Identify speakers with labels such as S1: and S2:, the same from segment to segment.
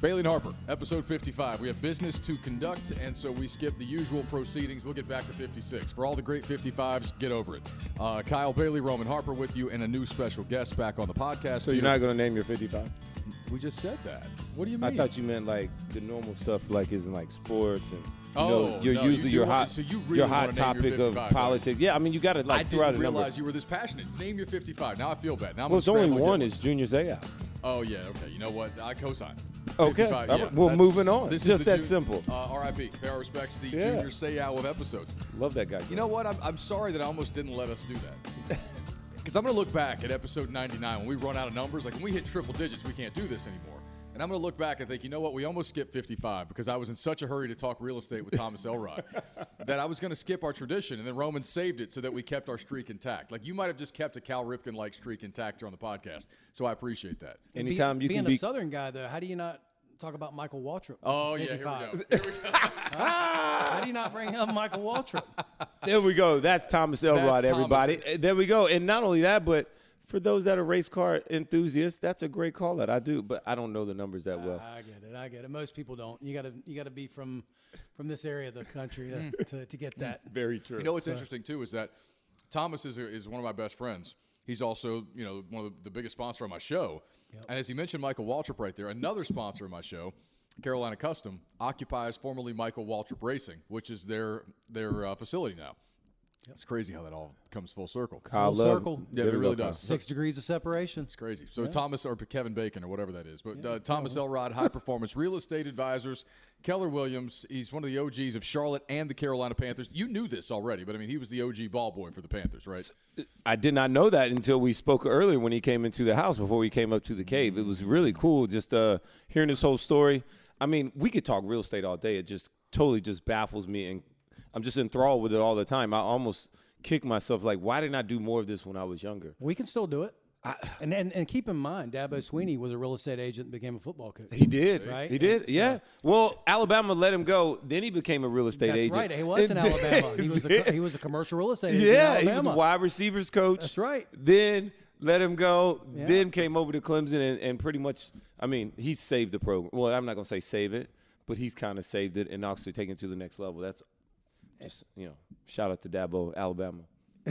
S1: Bailey and Harper, episode 55. We have business to conduct, and so we skip the usual proceedings. We'll get back to 56. For all the great 55s, get over it. Uh, Kyle Bailey, Roman Harper with you, and a new special guest back on the podcast.
S2: So you're not gonna name your 55?
S1: We just said that. What do you mean?
S2: I thought you meant like the normal stuff, like is in like sports and. You
S1: Oh,
S2: know, you're
S1: no, you
S2: usually
S1: do
S2: your
S1: want-
S2: hot,
S1: so you really
S2: your
S1: wanna
S2: hot
S1: name your
S2: topic
S1: 55,
S2: of
S1: right?
S2: politics. Yeah, I mean, you got to
S1: I
S2: like throw out
S1: didn't
S2: a number.
S1: realize you were this passionate. Name your 55. Now I feel bad. Now I'm
S2: well, it's only
S1: scrambling to-
S2: one is Junior Seau.
S1: Oh yeah, okay. You know what? I cosign.
S2: Okay,
S1: 55,
S2: all right. Well,
S1: That's-
S2: moving on.
S1: this is
S2: Just
S1: the
S2: that
S1: Ju-
S2: simple.
S1: Uh, R.I.P. Pay our respects. The
S2: Yeah.
S1: junior say out of episodes.
S2: Love that guy.
S1: You know what? I'm, I'm sorry that I almost didn't let us do that. Because I'm going to look back at episode 99 when we run out of numbers. Like when we hit triple digits, we can't do this anymore. And I'm going to look back and think, you know what? We almost skipped 55 because I was in such a hurry to talk real estate with Thomas Elrod that I was going to skip our tradition. And then Roman saved it so that we kept our streak intact. Like you might have just kept a Cal Ripken like streak intact here on the podcast. So I appreciate that.
S3: Be-
S2: anytime you
S3: being
S2: can be.
S3: a Southern guy, though, how do you not talk about Michael Waltrip?
S1: Oh, yeah, here we
S3: 55?
S1: go.
S3: How do you not bring up Michael Waltrip?
S2: there we go. That's Thomas Elrod,
S1: Thomas.
S2: everybody. Uh, There we go. And not only that, but for those that are race car enthusiasts, that's a great call out. I do, but I don't know the numbers that well.
S3: I get it. I get it. Most people don't. You gotta you gotta be from from this area of the country to, to, to get that.
S2: Very true.
S1: You know what's interesting too is that Thomas is, is one of my best friends. He's also you know one of the biggest sponsor on my show. And as he mentioned, Michael Waltrip right there, another sponsor of my show, Carolina Custom occupies formerly Michael Waltrip Racing, which is their their uh, facility now. It's crazy how that all comes full circle.
S2: Kyle
S3: Full
S2: Love.
S3: circle.
S1: Yeah,
S2: There
S1: it
S2: we go,
S1: really
S2: Kyle.
S1: does.
S3: Six degrees of separation.
S1: It's crazy. So Thomas or Kevin Bacon or whatever that is, but uh, Thomas Elrod, High Performance Real Estate Advisors, Keller Williams. He's one of the OGs of Charlotte and the Carolina Panthers. You knew this already, but I mean, he was the OG ball boy for the Panthers, right?
S2: I did not know that until we spoke earlier when he came into the house before we came up to the cave. It was really cool just uh, hearing this whole story. I mean, we could talk real estate all day. It just totally just baffles me, and I'm just enthralled with it all the time. I almost kick myself like, why didn't I do more of this when I was younger?
S3: We can still do it. and, and and keep in mind, Dabo Sweeney was a real estate agent, and became a football coach.
S2: He did,
S3: Right?
S2: He did,
S3: So-
S2: yeah. Well, Alabama let him go. Then he became a real estate
S3: That's
S2: agent.
S3: right. He was in
S2: And then-
S3: Alabama. He was a, co- he was a commercial real estate agent.
S2: Yeah,
S3: in
S2: he was
S3: Alabama.
S2: a wide receivers coach.
S3: That's right.
S2: Then let him go. Then came over to Clemson and, and pretty much, I mean, he saved the program. Well, I'm not gonna say save it, but he's kind of saved it and actually taken it to the next level. That's just you know, shout out to Dabo, Alabama.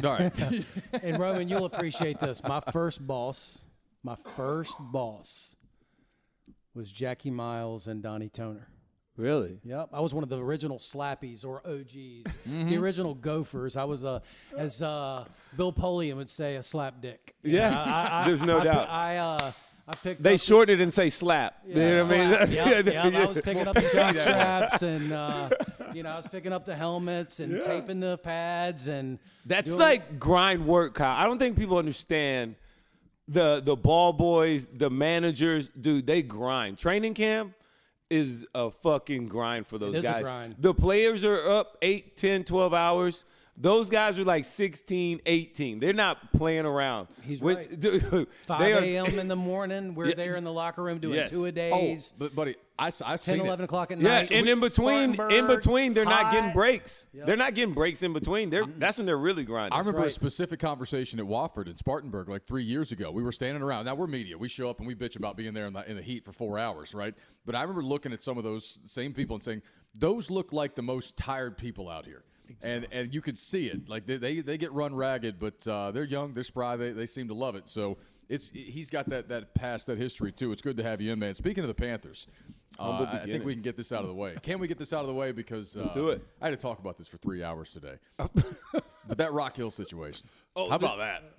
S1: All right.
S3: And Roman, you'll appreciate this. My first boss, my first boss was Jackie Miles and Donnie Toner.
S2: Really?
S3: Yep, I was one of the original Slappies or OGs,
S2: Mm-hmm.
S3: the original Gophers. I was a, as uh, Bill Polian would say, a slap dick.
S2: Yeah,
S3: I, I-
S2: there's no
S3: I-
S2: doubt.
S3: I uh, I picked.
S2: They
S3: up,
S2: shortened it and say slap. you know what I
S3: slap.
S2: mean?
S3: Yep,
S2: Yeah,
S3: yep,
S2: yeah.
S3: I was picking up the jock straps and uh, you know I was picking up the helmets and taping the pads and
S2: That's
S3: doing-
S2: like grind work, Kyle. I don't think people understand the the ball boys, the managers, dude. They grind. Training camp is a fucking grind for those
S3: is a
S2: guys.
S3: grind.
S2: The players are up 8, 10, 12 hours. Those guys are like 16, 18. They're not playing around.
S3: He's right.
S2: dude, they
S3: 5
S2: are-
S3: a.m. in the morning. We're there in the locker room doing
S2: Yes.
S3: two a
S1: oh,
S3: days,
S1: but buddy, I, s- I've
S3: 10,
S1: seen it.
S3: 11 o'clock at
S2: Yeah,
S3: night.
S2: and in between, in
S3: Spartanburg,
S2: between, they're not getting
S3: hot.
S2: breaks. They're not getting breaks in between. They're that's when they're really grinding.
S1: I remember a
S3: right.
S1: specific conversation at Wofford in Spartanburg like three years ago. We were standing around. Now we're media. We show up and we bitch about being there in the, in the heat for four hours, right? But I remember looking at some of those same people and saying, those look like the most tired people out here. And, and you could see it. Like they, they, they get run ragged, but uh, they're young, they're spry, they, they seem to love it. So it's he's got that, that past, that history too. It's good to have you in, man. Speaking of the Panthers, uh, I- I think we can
S2: beginnings.
S1: get this out of the way. Can we get this out of the way? Because Let's
S2: do it. Oh.
S1: I had to talk about this for three hours today. But that Rock Hill situation. Oh, how about that?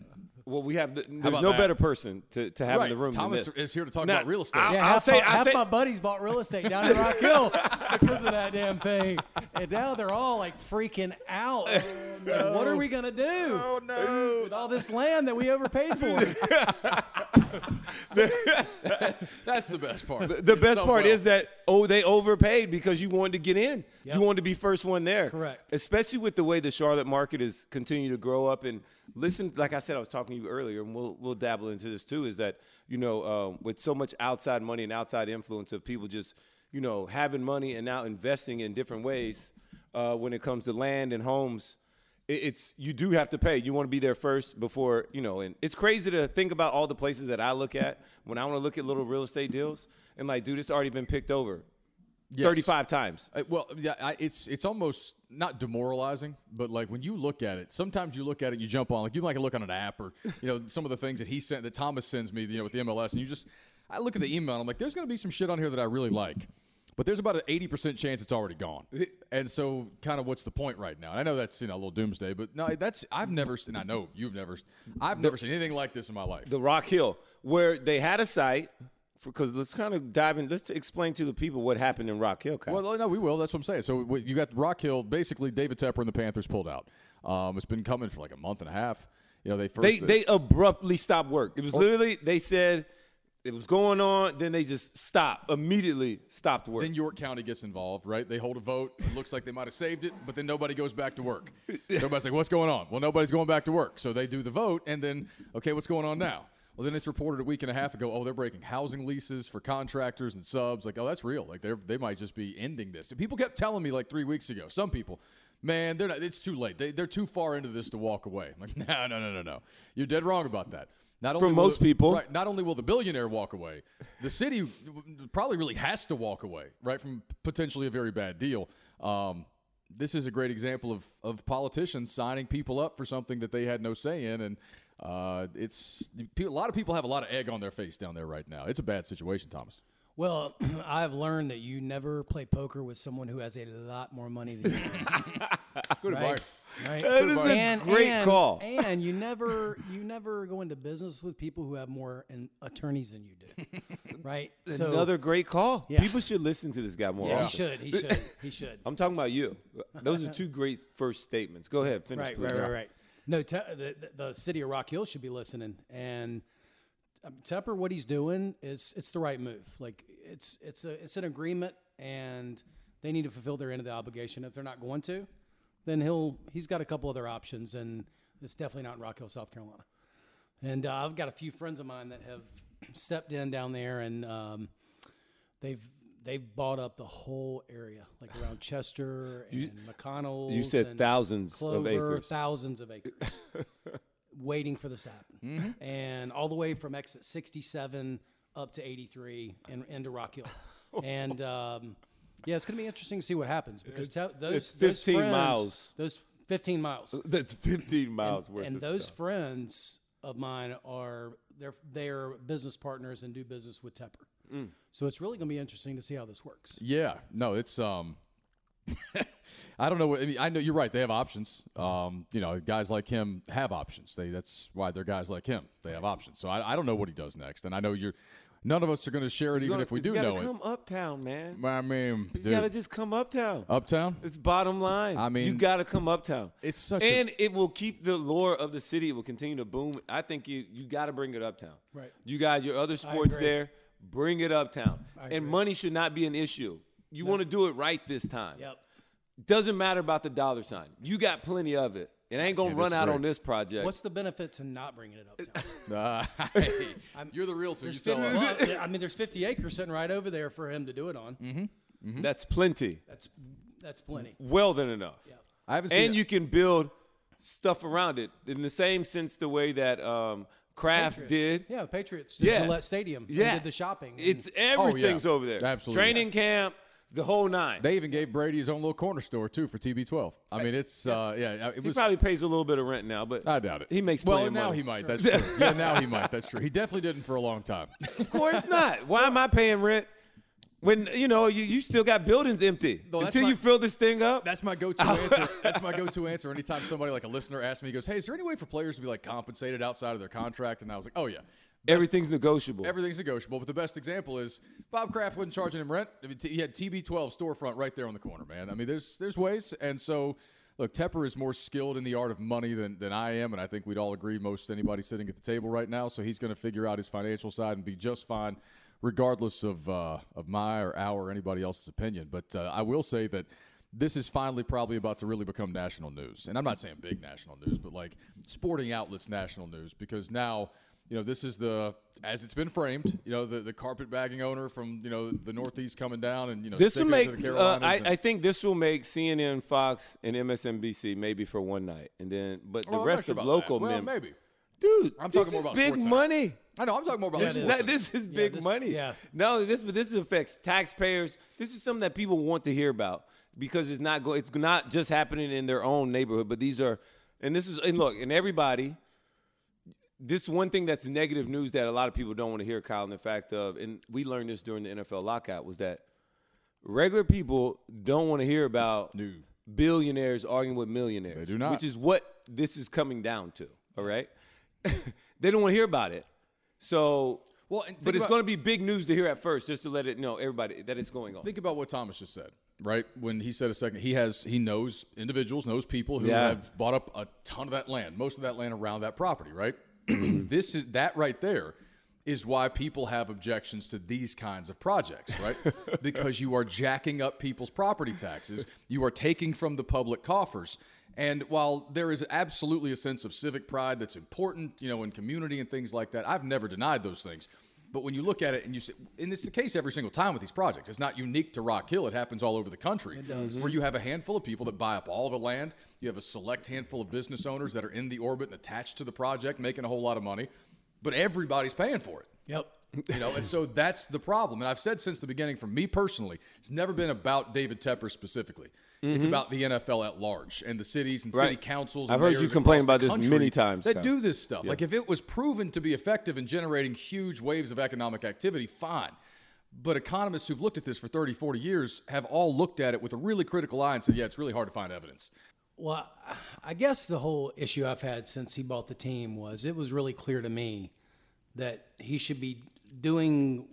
S2: Well, we have the, there's
S1: about
S2: no
S1: that?
S2: better person to, to have
S1: Right.
S2: in the room. than
S1: Thomas
S2: this.
S1: is here to talk
S2: Now,
S1: about real estate.
S2: I'll,
S3: Yeah,
S2: I'll
S3: half,
S2: say,
S3: my,
S2: I'll
S3: half
S2: say,
S3: my buddies bought real estate down in Rock Hill because of that damn thing, and now they're all like freaking out. Like, What are we gonna do? Oh no! With all this land that we overpaid for.
S1: That's the best part.
S2: The best part is that oh they overpaid because you wanted to get in. You wanted to be first one there.
S3: Correct.
S2: Especially with the way the Charlotte market is continue to grow up and listen. Like I said, I was talking to you earlier, and we'll we'll dabble into this too. Is that you know um, with so much outside money and outside influence of people just you know having money and now investing in different ways uh, when it comes to land and homes. it- it's you do have to pay. You want to be there first before you know. And it's crazy to think about all the places that I look at when I want to look at little real estate deals and like, dude, it's already been picked over
S1: Yes.
S2: thirty-five times.
S1: Uh, well, yeah, I, it's it's almost not demoralizing, but like when you look at it, sometimes you look at it, you jump on, like you might look on an app or you know some of the things that he sent that Thomas sends me, you know, with the MLS, and you just I look at the email and I'm like, there's going to be some shit on here that I really like, but there's about an eighty percent chance it's already gone, and so kind of what's the point right now? And I know that's you know a little doomsday, but no, that's I've never seen. I know you've never, I've never seen anything like this in my life.
S2: the Rock Hill, where they had a site. Because let's kind of dive in. Let's explain to the people what happened in Rock Hill. Kyle.
S1: Well, no, we will. That's what I'm saying. So we- you got Rock Hill. Basically, David Tepper and the Panthers pulled out. Um, it's been coming for like a month and a half. You know, they first
S2: they they abruptly stopped work. It was literally they said it was going on, then they just stopped immediately stopped work.
S1: then York County gets involved, right? They hold a vote. It looks like they might have saved it, but then nobody goes back to work. So Everybody's like, "What's going on?" Well, nobody's going back to work, so they do the vote, and then, okay, what's going on now? Well, then it's reported a week and a half ago. Oh, they're breaking housing leases for contractors and subs. Like, oh, that's real. Like, they are they might just be ending this. And people kept telling me like three weeks ago. Some people, man, they're not. It's too late. They, they're too far into this to walk away. I'm like, no, no, no, no, no. You're dead wrong about that. Not only will
S2: most
S1: the-
S2: people.
S1: right, not only will the billionaire walk away, the city probably really has to walk away, right, from potentially a very bad deal. Um, this is a great example of, of politicians signing people up for something that they had no say in, and uh, it's pe- a lot of people have a lot of egg on their face down there right now. It's a bad situation, Thomas.
S3: Well, I've learned that you never play poker with someone who has a lot more money than you.
S1: Good
S3: right?
S1: advice.
S3: Right.
S2: That is a great
S3: and-
S2: call.
S3: And you never you never go into business with people who have more in, attorneys than you do. Right? So
S2: Another great call.
S3: Yeah.
S2: People should listen to this guy more.
S3: yeah, he
S2: often.
S3: should. He should. He should.
S2: I'm talking about you. Those are two great first statements. Go ahead, finish.
S3: right,
S2: please.
S3: right, right, right. No, te- the, the- the city of Rock Hill should be listening. And um, Tepper, what he's doing is it's the right move. Like it's it's a it's an agreement, and they need to fulfill their end of the obligation. If they're not going to, then he'll he's got a couple other options, and it's definitely not in Rock Hill, South Carolina. And uh, I've got a few friends of mine that have stepped in down there, and um, they've. They've bought up the whole area, like around Chester and McConnell.
S2: You said thousands of
S3: Clover,
S2: acres.
S3: thousands of acres, waiting for this to happen, and all the way from exit 67 up to 83 and into Rock Hill, and um, yeah, it's going to be interesting to see what happens because tho- those
S2: it's
S3: those
S2: 15
S3: friends-
S2: miles.
S3: those 15 miles,
S2: That's 15 miles worth.
S3: and
S2: of
S3: those
S2: stuff.
S3: friends of mine are they're they're business partners and do business with Tepper,
S2: Mm.
S3: so it's really going to be interesting to see how this works.
S1: Yeah, no, it's um, I don't know. What, I mean, I know you're right. They have options. Um, you know, guys like him have options. They that's why they're guys like him. They have options. So I, I don't know what he does next, and I know you're. None of us are going to share it, even
S2: Gotta-
S1: if we
S2: you
S1: do
S2: gotta
S1: know
S2: come uptown, man.
S1: it. I mean,
S2: You gotta
S1: dude,
S2: just come uptown.
S1: uptown.
S2: It's bottom line.
S1: I mean-
S2: you got to come uptown.
S1: It's such a-
S2: and it will keep the lore of the city. It will continue to boom. I think you you got to bring it uptown.
S3: Right.
S2: You got your other sports
S3: agree.
S2: there. Bring it uptown.
S3: agree.
S2: And money should not be an issue. You want to do it right this time.
S3: Yep.
S2: Doesn't matter about the dollar sign. You got plenty of it. It ain't gonna
S1: Yeah,
S2: run
S1: that's
S2: out
S1: great.
S2: on this project.
S3: What's the benefit to not bringing it uptown?
S1: Uh, you're the realtor. You
S3: There's
S1: tell
S3: 50
S1: us.
S3: well, uh, yeah, I mean, there's 50 acres sitting right over there for him to do it on.
S2: Mm-hmm.
S1: Mhm.
S2: That's plenty.
S3: That's that's plenty.
S2: Well than enough.
S1: I haven't seen
S2: and
S1: it.
S2: you can build stuff around it in the same sense the way that um, Kraft
S3: Patriots.
S2: did.
S3: Yeah, the Patriots did
S2: Yeah.
S3: Gillette Stadium. They did the shopping. and-
S2: It's everything's over there.
S1: Oh, Absolutely.
S2: Training camp, the whole nine.
S1: They even gave Brady his own little corner store too for TB12. I mean, it's uh, yeah, it
S2: he
S1: was.
S2: probably pays a little bit of rent now, but
S1: I doubt it.
S2: He makes
S1: well.
S2: plenty of
S1: Now
S2: money.
S1: he might. That's true. Yeah, now he might. That's true. He definitely didn't for a long time.
S2: Of course not. Why am I paying rent when you know you, you still got buildings empty
S1: No, that's
S2: until
S1: my-
S2: you fill this thing up?
S1: That's my go-to answer. That's my go-to answer. Anytime somebody like a listener asks me, he goes, "Hey, is there any way for players to be like compensated outside of their contract?" And I was like, "Oh yeah,
S2: Everything's negotiable.
S1: everything's negotiable." But the best example is Bob Kraft wasn't charging him rent. I mean, t- he had TB12 storefront right there on the corner, man. I mean, there's there's ways, and so. Look, Tepper is more skilled in the art of money than, than I am, and I think we'd all agree most anybody sitting at the table right now. So he's going to figure out his financial side and be just fine, regardless of uh, of my or our or anybody else's opinion. But uh, I will say that this is finally probably about to really become national news. And I'm not saying big national news, but like sporting outlets national news because now you know, this is the as it's been framed. You know, the the carpetbagging owner from you know the Northeast coming down, and you know,
S2: This will
S1: sticking it
S2: make.
S1: to the
S2: uh,
S1: Carolinas
S2: I,
S1: and-
S2: I think this will make CNN, Fox, and MSNBC maybe for one night, and then but the
S1: Well, I'm not
S2: rest
S1: sure
S2: of
S1: about
S2: local
S1: that. Well,
S2: mem-
S1: maybe.
S2: Dude,
S1: I'm
S2: this
S1: talking more
S2: is
S1: about
S2: big
S1: SportsCenter.
S2: money.
S1: I know. I'm talking more about
S2: This
S3: Yeah,
S2: is,
S3: it
S1: sports.
S2: not, this is
S3: Yeah,
S2: big
S3: this-
S2: money.
S3: yeah.
S2: No, this but this affects taxpayers. This is something that people want to hear about because it's not go, it's not just happening in their own neighborhood, but these are and this is and look, and everybody this one thing that's negative news that a lot of people don't want to hear, Kyle, and the fact of and we learned this during the NFL lockout was that regular people don't want to hear about
S1: Dude.
S2: billionaires arguing with millionaires.
S1: They do not.
S2: Which is what this is coming down to. All right. they don't want to hear about it. So
S1: Well, and think
S2: but it's
S1: about-
S2: going to be big news to hear at first, just to let it know everybody that it's going on.
S1: Think about what Thomas just said, right? When he said a second, he has he knows individuals, knows people who
S2: Yeah.
S1: have bought up a ton of that land, most of that land around that property, right? this is that right there is why people have objections to these kinds of projects, right? because you are jacking up people's property taxes, you are taking from the public coffers. And while there is absolutely a sense of civic pride that's important, you know, in community and things like that, I've never denied those things. But when you look at it and you say, and it's the case every single time with these projects, it's not unique to Rock Hill. It happens all over the country. It does. Where you have a handful of people that buy up all the land, you have a select handful of business owners that are in the orbit and attached to the project, making a whole lot of money, but everybody's paying for it.
S3: Yep.
S1: You know, and so that's the problem. And I've said since the beginning, for me personally, it's never been about David Tepper specifically. It's about the NFL at large and the cities and city
S2: Right.
S1: councils.
S2: I've
S1: and
S2: heard you
S1: mayors
S2: complain
S1: across the
S2: about this
S1: country
S2: many times,
S1: That
S2: Kyle.
S1: do this stuff. Like if it was proven to be effective in generating huge waves of economic activity, fine. But economists who've looked at this for 30, 40 years have all looked at it with a really critical eye and said, yeah, it's really hard to find evidence.
S3: Well, I- I guess the whole issue I've had since he bought the team was it was really clear to me that he should be doing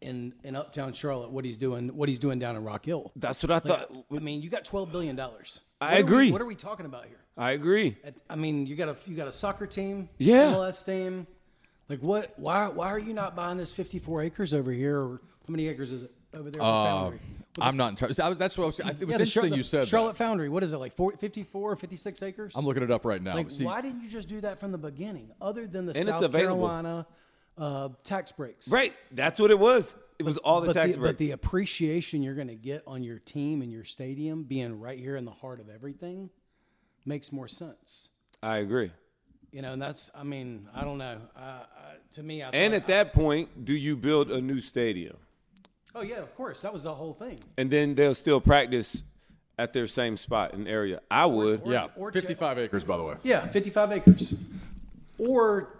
S3: in in uptown Charlotte what he's doing what he's doing down in Rock Hill.
S2: That's what I thought.
S3: I mean, you got twelve billion dollars.
S2: I agree.
S3: what are we talking about here?
S2: I agree.
S3: At, I mean, you got a you got a soccer team,
S2: Yeah.
S3: MLS team. Like what? Why why are you not buying this fifty four acres over here? Or how many acres is it over there? at the foundry?
S1: I'm not entirely. That's what I was saying. It Uh, was
S3: Yeah, the Char-
S1: interesting
S3: the
S1: you said that.
S3: Charlotte Foundry. What is it like? 40, 54 or 56 acres?
S1: I'm looking it up right now.
S3: Like,
S1: See,
S3: why didn't you just do that from the beginning? Other than the
S2: it's
S3: South
S2: available.
S3: Carolina uh, tax breaks,
S2: Right. That's what it was. It was all the
S3: But
S2: tax
S3: the,
S2: breaks.
S3: but the appreciation you're going to get on your team and your stadium being right here in the heart of everything makes more sense.
S2: I agree.
S3: You know, and that's. I mean, I don't know. Uh, uh, to me, I
S2: And
S3: thought-
S2: at that point, do you build a new stadium?
S3: oh yeah, of course, that was the whole thing.
S2: And then they'll still practice at their same spot and area. I would.
S1: yeah,
S3: or-
S1: 55 acres, by the way.
S3: Yeah, 55 acres. Or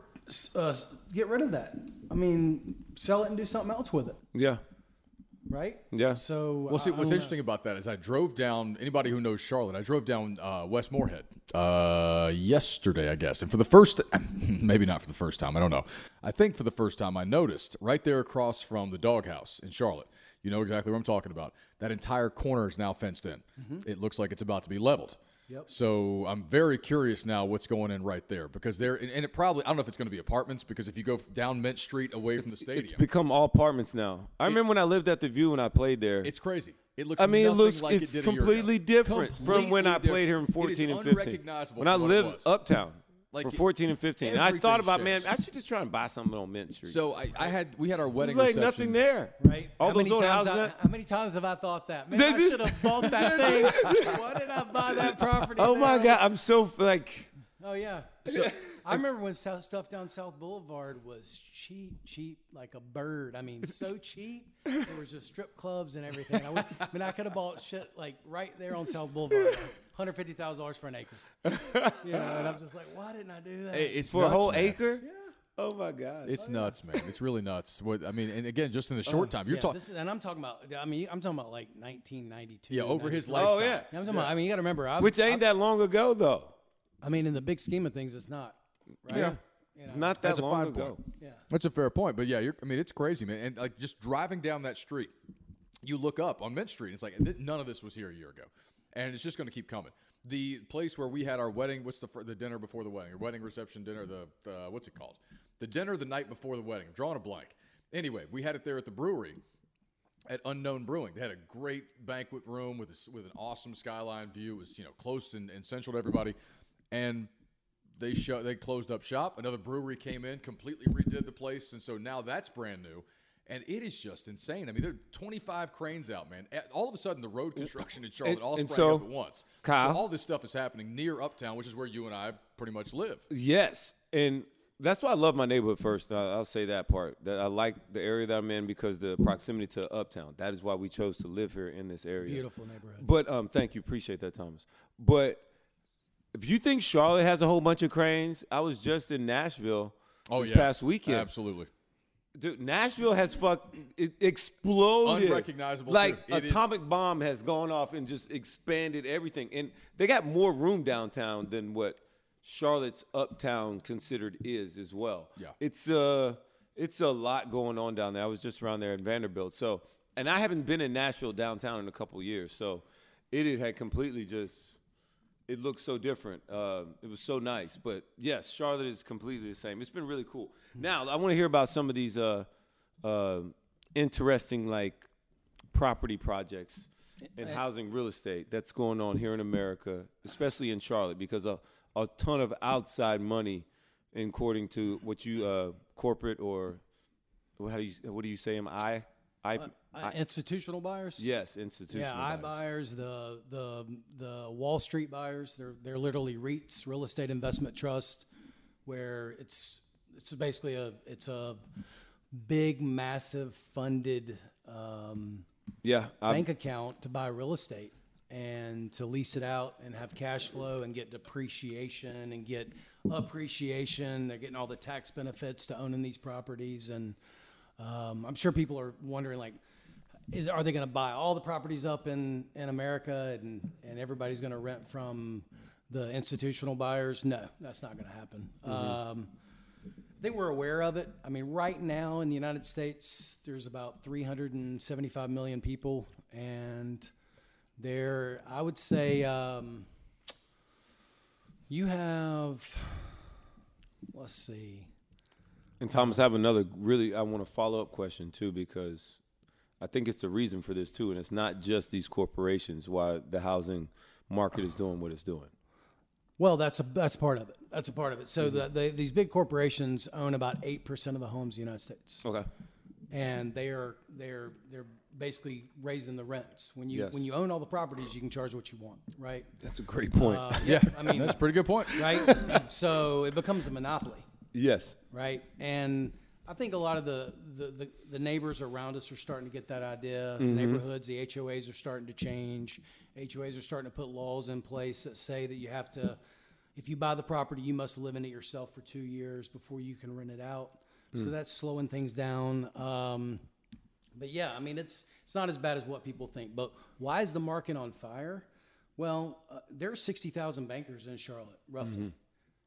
S3: uh, get rid of that. I mean, sell it and do something else with it,
S2: Yeah.
S3: right?
S2: Yeah.
S3: So uh,
S1: Well, see, what's interesting about that is I drove down. Anybody who knows Charlotte, I drove down uh, West Moorhead uh, yesterday, I guess, and for the first, maybe not for the first time, I don't know. I think for the first time, I noticed right there across from the doghouse in Charlotte. You know exactly what I'm talking about. That entire corner is now fenced in.
S2: Mm-hmm.
S1: It looks like it's about to be leveled.
S3: Yep.
S1: So I'm very curious now what's going in right there because there, and, and it probably I don't know if it's going to be apartments because if you go down Mint Street away from the stadium,
S2: It's become all apartments now. I remember when I lived at the View when I played there.
S1: It's crazy. It looks.
S2: I mean, it
S1: nothing
S2: looks
S1: like
S2: it's
S1: it did a year ago.
S2: completely different from when
S1: Completely
S2: I played here in
S1: different.
S2: 14
S1: it is
S2: and 15.
S1: unrecognizable
S2: When I
S1: from what it
S2: lived
S1: was.
S2: uptown
S1: Like,
S2: for
S1: it-
S2: 14 and 15, and I thought
S1: everything's
S2: about, man,
S1: changed.
S2: I should just try and buy something on Mint Street.
S1: So I, I had we had our
S2: There's
S1: wedding
S2: like
S1: reception.
S2: nothing there.
S3: Right.
S2: All
S3: how
S2: those
S3: many
S2: old
S3: times
S2: houses.
S3: I-
S2: that-
S3: how many times have I thought that? Man,
S2: They
S3: I
S2: did-
S3: should have bought that thing. Why did I buy that property?
S2: oh my
S3: there?
S2: God, I'm so like.
S3: Oh yeah. So, I remember when South, stuff down South Boulevard was cheap, cheap like a bird. I mean, so cheap. There was just strip clubs and everything. I, went, I mean, I could have bought shit like right there on South Boulevard, hundred fifty thousand dollars for an acre. You know, and I'm just like, why didn't I do that?
S1: It- It's
S2: For
S1: nuts,
S2: a whole
S1: man.
S2: acre? Oh my God.
S1: It's nuts, man. It's really nuts. What I mean, and again, just in
S2: Oh,
S1: the short time, you're
S3: Yeah,
S1: talking.
S3: this is, and I'm talking about. I mean, I'm talking about like 1992.
S1: Yeah, over his
S3: 93.
S1: lifetime.
S2: Oh, yeah.
S3: I'm talking about. I mean, you got to remember. I,
S2: Which ain't that long ago, though.
S3: I mean, in the big scheme of things, it's not. Right?
S2: Yeah. It's not that
S1: That's a
S2: long
S1: fine
S2: ago.
S1: point. That's a fair point, but yeah, you're, I mean, it's crazy, man. And like just driving down that street, you look up on Mint Street, and it's like th- none of this was here a year ago, and it's just going to keep coming. The place where we had our wedding, what's the fir- the dinner before the wedding, or wedding reception dinner, the, the what's it called? The dinner the night before the wedding. I'm drawing a blank. Anyway, we had it there at the brewery at Unknown Brewing. They had a great banquet room with a s with an awesome skyline view. It was you know close and, and central to everybody, and they shut they closed up shop. Another brewery came in, completely redid the place, and so now that's brand new. And it is just insane. I mean, there are 25 cranes out, man. A- All of a sudden, the road construction in Charlotte
S2: and-
S1: all sprang
S2: and so,
S1: up at once.
S2: Kyle-
S1: so all this stuff is happening near Uptown, which is where you and I pretty much live.
S2: Yes, and that's why I love my neighborhood first. and I- I'll say that part. That I like the area that I'm in because the proximity to Uptown. That is why we chose to live here in this area.
S3: Beautiful neighborhood.
S2: But um, thank you, appreciate that, Thomas. But if you think Charlotte has a whole bunch of cranes, I was just in Nashville
S1: Oh
S2: this
S1: yeah,
S2: past weekend.
S1: absolutely.
S2: Dude, Nashville has fuck it exploded.
S1: Unrecognizable,
S2: Like
S1: too. It is-
S2: atomic bomb has gone off and just expanded everything. And they got more room downtown than what Charlotte's uptown considered is as well.
S1: Yeah.
S2: It's uh it's a lot going on down there. I was just around there in Vanderbilt. So and I haven't been in Nashville downtown in a couple years. So it it had completely just it looked so different. Uh, it was so nice. But yes, Charlotte is completely the same. It's been really cool.
S3: Mm-hmm.
S2: Now I want to hear about some of these uh, uh, interesting like property projects and housing real estate that's going on here in America, especially in Charlotte, because a a ton of outside money, according to what you uh, corporate or what how do you what do you say? Am I I,
S3: Uh, institutional buyers.
S2: yes institutional
S3: Yeah, I
S2: buyers.
S3: buyers, the the the Wall Street buyers, they're they're literally REITs, real estate investment trust, where it's it's basically a it's a big, massive funded um,
S2: yeah I-
S3: bank account to buy real estate and to lease it out and have cash flow and get depreciation and get appreciation. They're getting all the tax benefits to owning these properties, and um, I'm sure people are wondering like. Is, are they going to buy all the properties up in, in America and, and everybody's going to rent from the institutional buyers? No, that's not going to happen. Um, they were aware of it. I mean, right now in the United States, there's about 375 million people, and there, I would say, um, you have, let's see,
S2: And Thomas, I have another really I want to follow up question too because I think it's a reason for this too, and it's not just these corporations why the housing market is doing what it's doing.
S3: Well, that's a that's part of it. That's a part of it. So
S1: Mm-hmm.
S3: the, they, these big corporations own about eight percent of the homes in the United States.
S1: Oh.
S2: Okay.
S3: and they are they're they're basically raising the rents. When you
S2: Yes.
S3: when you own all the properties, you can charge what you want, right?
S2: That's a great point.
S3: Uh,
S1: Yeah,
S3: I mean,
S1: that's a pretty good point.
S3: right? so it becomes a monopoly,
S2: yes.
S3: right? And I think a lot of the the, the, the neighbors around us are starting to get that idea. The neighborhoods, the HOAs are starting to change. HOAs are starting to put laws in place that say that you have to, if you buy the property, you must live in it yourself for two years before you can rent it out. So that's slowing things down. Um, but yeah, I mean, it's it's not as bad as what people think. But why is the market on fire? Well, uh, there are sixty thousand bankers in Charlotte, roughly,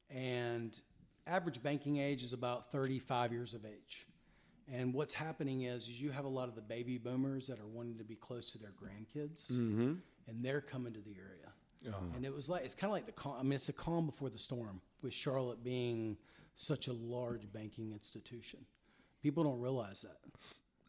S3: and average banking age is about thirty five years of age. And what's happening is, is you have a lot of the baby boomers that are wanting to be close to their grandkids,
S2: Mm-hmm.
S3: and they're coming to the area.
S2: Uh-huh.
S3: And it was like it's kind of like the calm. I mean, it's a calm before the storm with Charlotte being such a large banking institution. People don't realize that.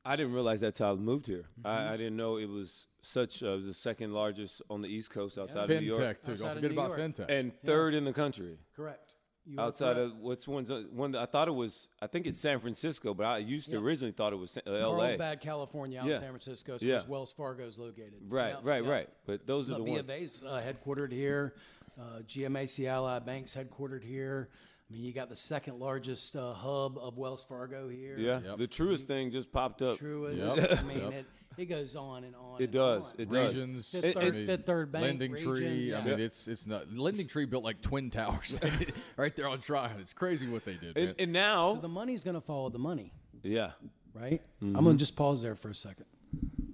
S2: I didn't realize that's how I moved here.
S3: Mm-hmm.
S2: I, I didn't know it was such uh, it was the second largest on the East Coast outside of New York
S1: Fintech too.
S3: Outside
S1: Don't
S3: of
S1: forget
S3: New
S1: about
S3: York.
S1: fintech.
S2: and third in the country.
S3: Correct. You are
S2: Outside
S3: correct.
S2: of what's one's uh, one I thought it was I think it's San Francisco, but I used to originally thought it was San- uh, L.A.
S3: Carlsbad, California, out
S2: Yeah.
S3: in San Francisco, is
S2: Yeah.
S3: where Wells Fargo's located.
S2: Right,
S3: Yeah,
S2: right,
S3: yeah.
S2: right. But those are
S3: Uh,
S2: the
S3: B
S2: ones.
S3: of A's uh, headquartered here. Uh, GMAC Ally Bank's headquartered here. I mean, you got the second largest uh, hub of Wells Fargo here.
S2: Yeah,
S1: Yep.
S2: the truest
S3: Mm-hmm.
S2: thing just popped up.
S3: Truist.
S1: Yep.
S3: I mean,
S1: Yep.
S3: it, it goes on and on.
S2: It does. It does.
S1: Regions,
S3: Fifth
S1: I
S3: Third-
S1: mean,
S3: Fifth Third Bank,
S1: Lending
S3: Region,
S1: Tree. I
S3: yeah.
S1: mean, it's it's not. Lending Tree built like twin towers right there on Tryon. It's crazy what they did.
S2: And,
S1: man.
S2: and now,
S3: So the money's going to follow the money.
S2: yeah,
S3: right? I'm going to just pause there for a second.